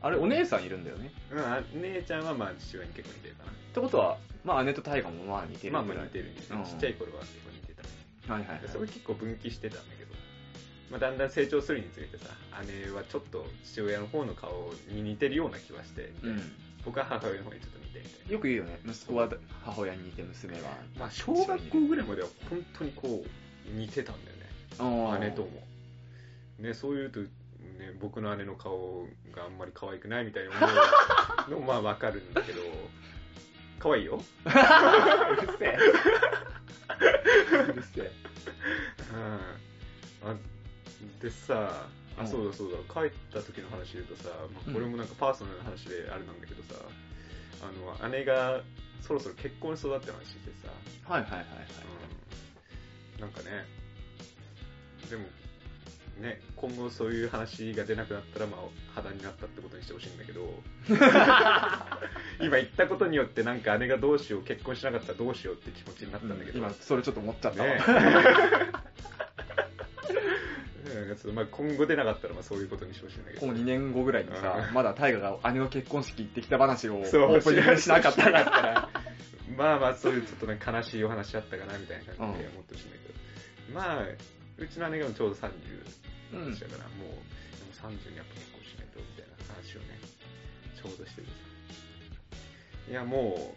B: あれ、お姉さんいるんだよね。
A: ん、うんあ、姉ちゃんはまあ父親に結構似てるかな
B: ってことは、まあ姉と大河もまあ似てる
A: まあ
B: ぐ
A: ま
B: ら
A: あ
B: い
A: 似てる似てる
B: うん
A: ちっちゃい頃は結構似てた
B: はいはいはい
A: で。それ結構分岐してたんだけど、まあ、だんだん成長するにつれてさ姉はちょっと父親の方の顔に似てるような気はして、
B: うん。
A: 僕は母親の方にちょっと似てみたいな
B: よく言うよね。息子は母親に似て、娘は。
A: まあ小学校ぐらいまでは本当にこう似てたんだよね
B: あ
A: 姉とも。ね、そういうと、ね、僕の姉の顔があんまり可愛くないみたいな思 うのまあわかるんだけど、可愛いよ。
B: うるせ え。うるせえ。
A: うん。あでさ、
B: う
A: あ、
B: ん
A: そうだそうだ、帰った時の話で言うとさ、ま
B: う
A: あ、
B: ん
A: これもなんかパーソナルな話であれなんだけどさ、あの、姉がそろそろ結婚しそうだって話してさ、
B: はいはいはいはい。
A: うんなんかね、でも、ね、今後そういう話が出なくなったら、まあ、肌になったってことにしてほしいんだけど、今言ったことによって、なんか姉がどうしよう、結婚しなかったらどうしようって気持ちになったんだけど、
B: 今、それちょっと思っちゃったわ。
A: ね。 うんちょっとまあ今後出なかったらまあそういうことにしてほしいんだけど。
B: この2年後ぐらいにさ、まだ大河が姉の結婚式行ってきた話をオ
A: そう
B: ープニングにしなかったら。
A: ら。 まあまあ、そういうちょっとね、悲しいお話あったかな、みたいな感じで思ってほしいんだけど。まあ、うちの姉がちょうど30
B: うん
A: でしたから、もう、でも30にやっぱ結婚しないと、みたいな話をね、ちょうどしててさ。いや、もう、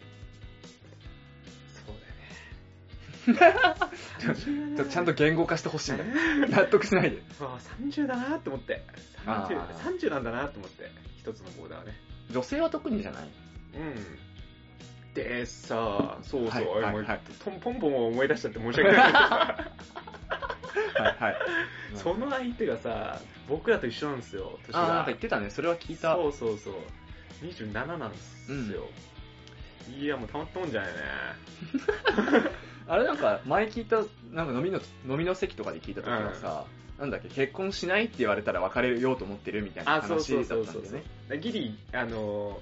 A: そうだよね30だな。
B: ちょちゃんと言語化してほし いんだよ。納得しないで。
A: ああ30だなと思って
B: あ
A: 30,
B: ー
A: 30なんだなと思って一つのボーダーはね
B: 女性は特にじゃない
A: うんでさそうそう、
B: は
A: あ
B: い
A: れ
B: はい
A: も
B: はい
A: うトンポンポンを思い出しちゃって申し訳な いけどさ
B: はい はい。
A: その相手がさ僕らと一緒なんですよ年
B: あーなん
A: が
B: か言ってたね。それは聞いた。
A: そうそうそう27なんですよ、いやもうたまったもんじゃないね
B: あれなんか前聞いた、なんか飲みの、飲みの席とかで聞いた時はさ、なんだっけ、結婚しないって言われたら別れようと思ってるみたいな
A: あそう
B: 話
A: そ
B: だ
A: う
B: った
A: そ
B: ん
A: う
B: だ
A: そう
B: よね。
A: だギリあの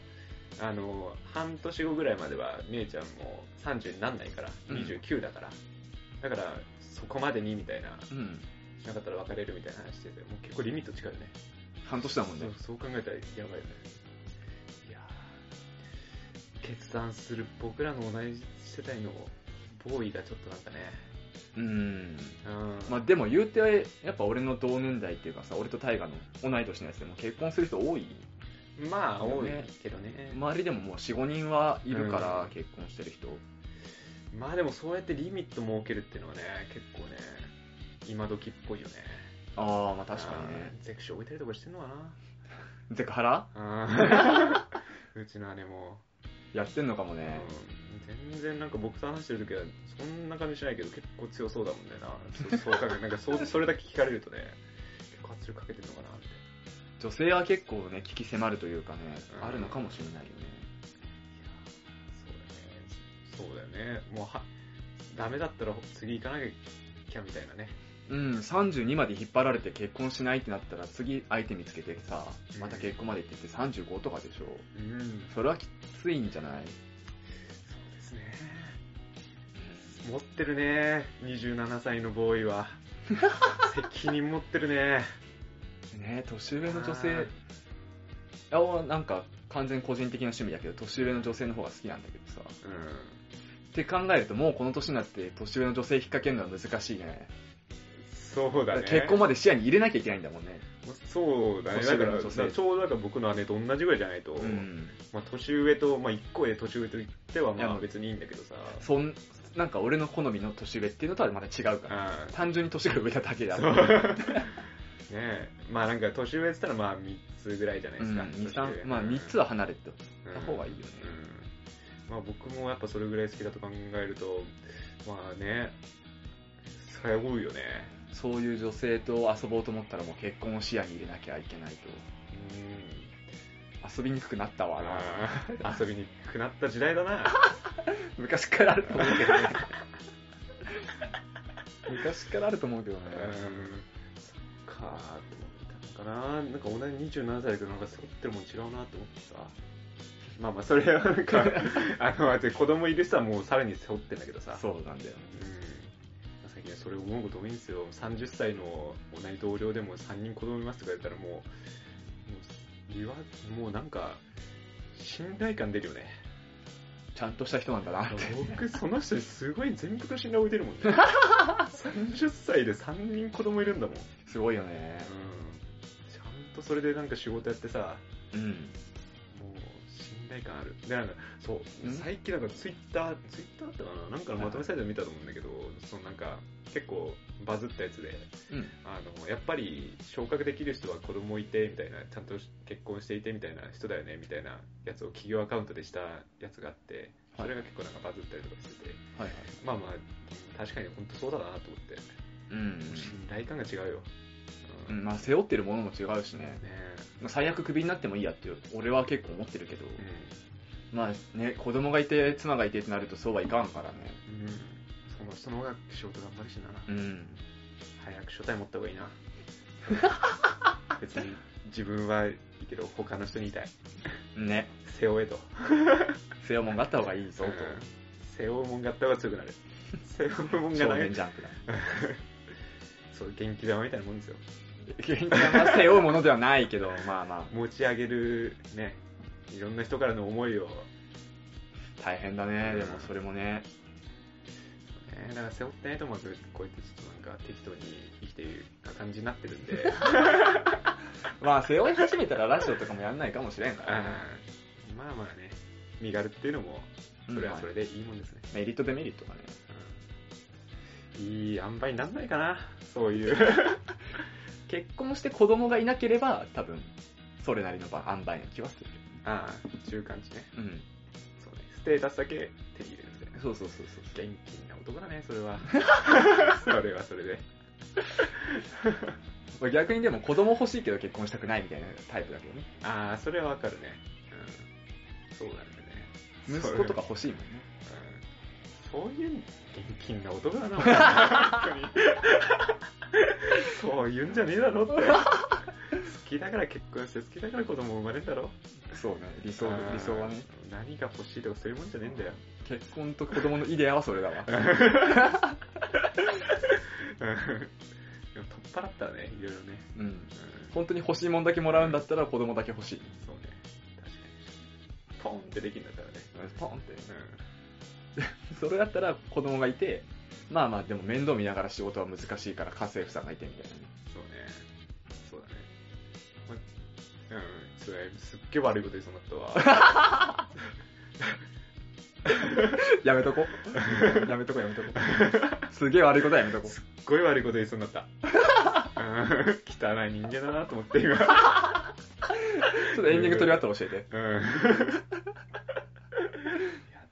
A: あの半年後ぐらいまでは姉ちゃんも30になんないから
B: うん
A: 29だから、だからそこまでにみたいな
B: うん。
A: しなかったら別れるみたいな話しててもう結構リミット近いよね
B: 半年だもんね。
A: そうそう考えたらやばいよねいやー決断する僕らの同じ世代のボーイがちょっとなんかね
B: うん。
A: うん
B: まあでも言うて、やっぱ俺の同年代っていうかさ、俺と大河の同い年のやつでも結婚する人多い。
A: まあ多い
B: ね
A: けどね
B: 周りでももう4、5人はいるから
A: う、ん
B: 結婚してる人。
A: まあでもそうやってリミット設けるっていうのはね、結構ね、今時っぽいよね。
B: ああ、まあ確かにね。
A: あー。ゼクション置いたりとかしてんのか
B: ゼクハラ
A: なあ ー うちの姉も、
B: やってんのかも
A: う
B: ね。
A: ん全然なんか僕と話してる時はそんな感じしないけど結構強そうだもんね な。そそうか、なんかそうそれだけ聞かれるとね、結構圧力かけてんのかなって。
B: 女性は結構ね、聞き迫るというかね、
A: うん
B: あるのかもしれないよね。
A: そうだよね。そうだよね。もうは、ダメだったら次行かなきゃみたいなね。
B: うん、32まで引っ張られて結婚しないってなったら、次相手見つけてさ、また結婚までって言って35とかでしょ。
A: うん。
B: それはきついんじゃない
A: そうですね。持ってるね27歳のボーイ は責任持ってるね
B: ね年上の女
A: あ
B: 性、あおなんか完全個人的な趣味だけど、年上の女性の方が好きなんだけどさ。
A: うん
B: って考えると、もうこの年になって年上の女性引っ掛けるのは難しいね。
A: そうだね
B: 結婚まで視野に入れなきゃいけないんだもんね。
A: そうだね
B: 年
A: だ
B: 上
A: か
B: の
A: ら
B: 女性
A: だからちょうどだから僕の姉と同じぐらいじゃないと、
B: うん。
A: まあ、年上と、まあ、1個で年上と言ってはい
B: や
A: まあ別にいいんだけどさ
B: そん、なんか俺の好みの年上っていうのとはまた違うから。
A: あ
B: 単純に年が上なだけであ
A: あ
B: っ
A: そう
B: て。
A: え。まあなんか年上って言ったらまあ3つぐらいじゃないで
B: う
A: す
B: ん、
A: か。
B: 2、
A: 年上
B: 3、まあ3つは離れてた方がいいよね。
A: うんまあ僕もやっぱそれぐらい好きだと考えると、まあね、最後よね。
B: そういう女性と遊ぼうと思ったらもう結婚を視野に入れなきゃいけないと。遊びにくくなった
A: うん。
B: わな。
A: あー遊びにくくなった時代だ な。
B: 昔からあると思うけどね。昔からあると思うけどね。
A: うんそっかーと思ったのかななんか同じ27歳だけどなんか背負ってるもん違うなと思ってさまあまあそれはなん かあの私子供いる人はもうさらに背負ってんだけどさう、
B: そうなんだよね。
A: ん、最近はそれ思うこと多いんですよ30歳の同じ同僚でも3人子供いますとか言ったらもうもう言わもうなんか信頼感出るよね
B: ちゃんとした人なんだなって。
A: 僕その人にすごい全幅の信頼を置いてるもん ね30歳で3人子供いるんだもん
B: すごいよね。
A: うんちゃんとそれでなんか仕事やってさ、
B: うん。
A: もう信頼感ある。で、なんか、そう、
B: ん
A: 最近なんかツイッター、ツイッターだったかななんかのまとめサイトで見たと思うんだけど、そのなんか、結構バズったやつで、
B: うん。
A: あの、やっぱり昇格できる人は子供いて、みたいな、ちゃんと結婚していてみたいな人だよね、みたいなやつを企業アカウントでしたやつがあって、それが結構なんかバズったりとかしてて、
B: はいはい。
A: まあまあ、確かに本当そうだなと思って、
B: うん。
A: 信頼感が違うよ。う
B: う、
A: んん。ね
B: まあ背負ってるものも違うしね。
A: え
B: まあ最悪クビになってもいいやって俺は結構思ってるけど、
A: うん
B: まあね、子供がいて、妻がいてってなるとそうはいかんからね。
A: うんその人の方が仕事頑張るしな、
B: うん。
A: 早く書体持った方 がいいな別に自分はいいけど他の人に言いたい
B: ね、
A: 背負えと
B: 背負うもんがあった方がいいぞ
A: うん背負うもんがあった方が強くな る背負うも
B: と。
A: んが
B: 少
A: ない
B: 年ジャンプだ。
A: そう元気玉みたいなもんですよ
B: まあ背負うものではないけど、まあま
A: 持ち上げるねいろんな人からの思いを、ね、
B: あ、大変だね。でもそれもね。
A: だから背負ってないと思うけどこうやってちょっとなんか適当に生きている感じになってるんで、
B: まあ背負い始めたらラジオとかもやんないかもしれんか
A: う
B: らね。
A: んまあまあね身軽っていうのもそれはそれでいいもんですね、
B: メリットデメリットがね。
A: いい塩梅になんないかな、そういう。
B: 結婚して子供がいなければ、多分、それなりのば塩梅な気はする。
A: ああ、中間値ね。
B: うん。
A: そうね。ステータスだけ手に入れるみたいな。
B: そうそうそうそう。
A: 元気な男だね、それは。 それはそれで。
B: 俺逆にでも子供欲しいけど結婚したくないみたいなタイプだけどね。
A: ああ、それはわかるね。うん。そうなんだね。
B: 息子とか欲しいもんね。
A: そういう、うん、そういう現金な男だな、本当に。 そう言うんじゃねえだろって。好きだから結婚して、好きだから子供生まれるんだろ。
B: そうね。理想、
A: うん
B: 理想はね。
A: 何が欲しいとかそういうもんじゃねえんだよ。
B: 結婚と子供のイデアはそれだ わ。
A: うんでも取っ払ったらね、いろいろね。
B: うん。
A: うん、
B: 本当に欲しいもんだけもらうんだったら子供だけ欲しい。
A: そうね。確かに。ポンってできるんだったらね。
B: ポンって。それだったら子供がいて、まあまあでも面倒見ながら仕事は難しいから家政婦さんがいてみたいなね。
A: うん。そうね。そうだね。まうん。それ、すっげえ悪いこと言いそうになったわ。
B: やめとこ。 やめとこやめとこ。すげえ悪いことはやめとこ。
A: すっごい悪いこと言いそうになった。うん汚い人間だなと思って今。
B: ちょっとエンディング取り合ったら教えて。
A: うん。や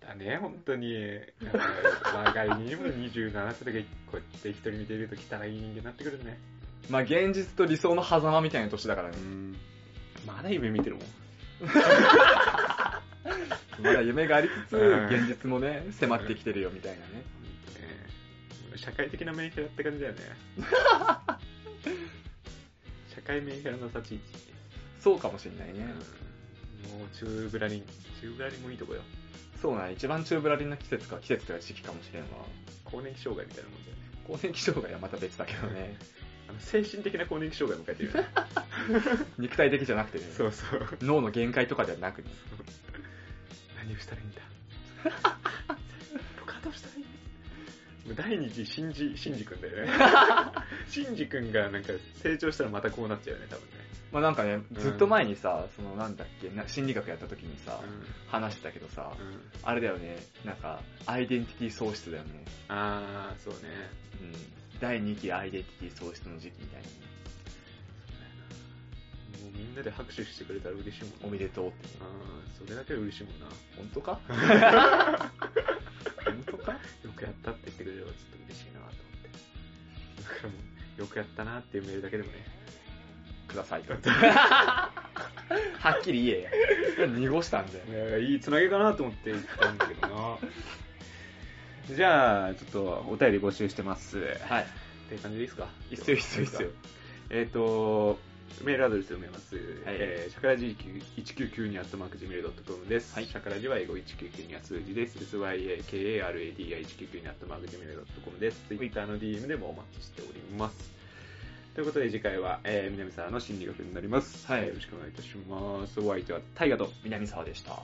A: だね、本当に。我が家にも27歳でこうやって一人見ていると汚い人間になってくるね。
B: まあ現実と理想の狭間みたいな年だからね。
A: まだ夢見てるもん。
B: まだ夢がありつつ、
A: うん
B: 現実もね、迫ってきてるよみたいなね。
A: 社会的なメンヘラって感じだよ ね。社会メンヘラの立ち位置。
B: そうかもしんないね。
A: もう中ブラリン、中ブラリンもいいとこよ。
B: そうなん、一番中ぶらりんな季節か、季節というか時期かもしれんわ。
A: 更年期障害みたいなもんだよね。
B: 更年期障害はまた別だけどね。
A: あの精神的な更年期障害を迎えてるよね。
B: 肉体的じゃなくてね。
A: そうそう。
B: 脳の限界とかではなくね。
A: 何をしたらいいん だ部活をしたらいいもう第二次シンジ、シンジ君だ よね。シンジ君がなんか成長したらまたこうなっちゃうよね、多分ね。
B: まあなんかね、ずっと前にさ、そのなんだっけ、な心理学やった時にさ、
A: う
B: 話してたけどさ、
A: ん。うん。
B: あれだよね、なんか、アイデンティティ喪失だよね。
A: あー、そうね。
B: うん。第2期アイデンティティ喪失の時期みたいなね。
A: みんなで拍手してくれたら嬉しいもん
B: おめでとうって。
A: あーそれだけは嬉しいもんな
B: 本当か本当か
A: よくやったって言ってくれればちょっと嬉しいなと思ってだからもうよくやったなっていうメールだけでもね
B: くだ さいと。はっきり言えや。濁したんだよ。
A: いやいいつなげかなと思って行ったんだけど なじゃあちょっとお便り募集してますっ
B: はい。
A: ていう感じでいいですか
B: 必要必要必要。
A: えっ、とメールアドレス読めます、
B: はい
A: えーシャカラジ1992アットマーク Gmail.com です、
B: はい
A: シャカラジは英語1992は数字です SYAKARADI1992 アットマーク Gmail.com です Twitter の DM でもお待ちしておりますということで次回は、えー南沢の心理学になります、
B: はい
A: よろしくお願いいたしますお相手は大ガと
B: 南沢でした。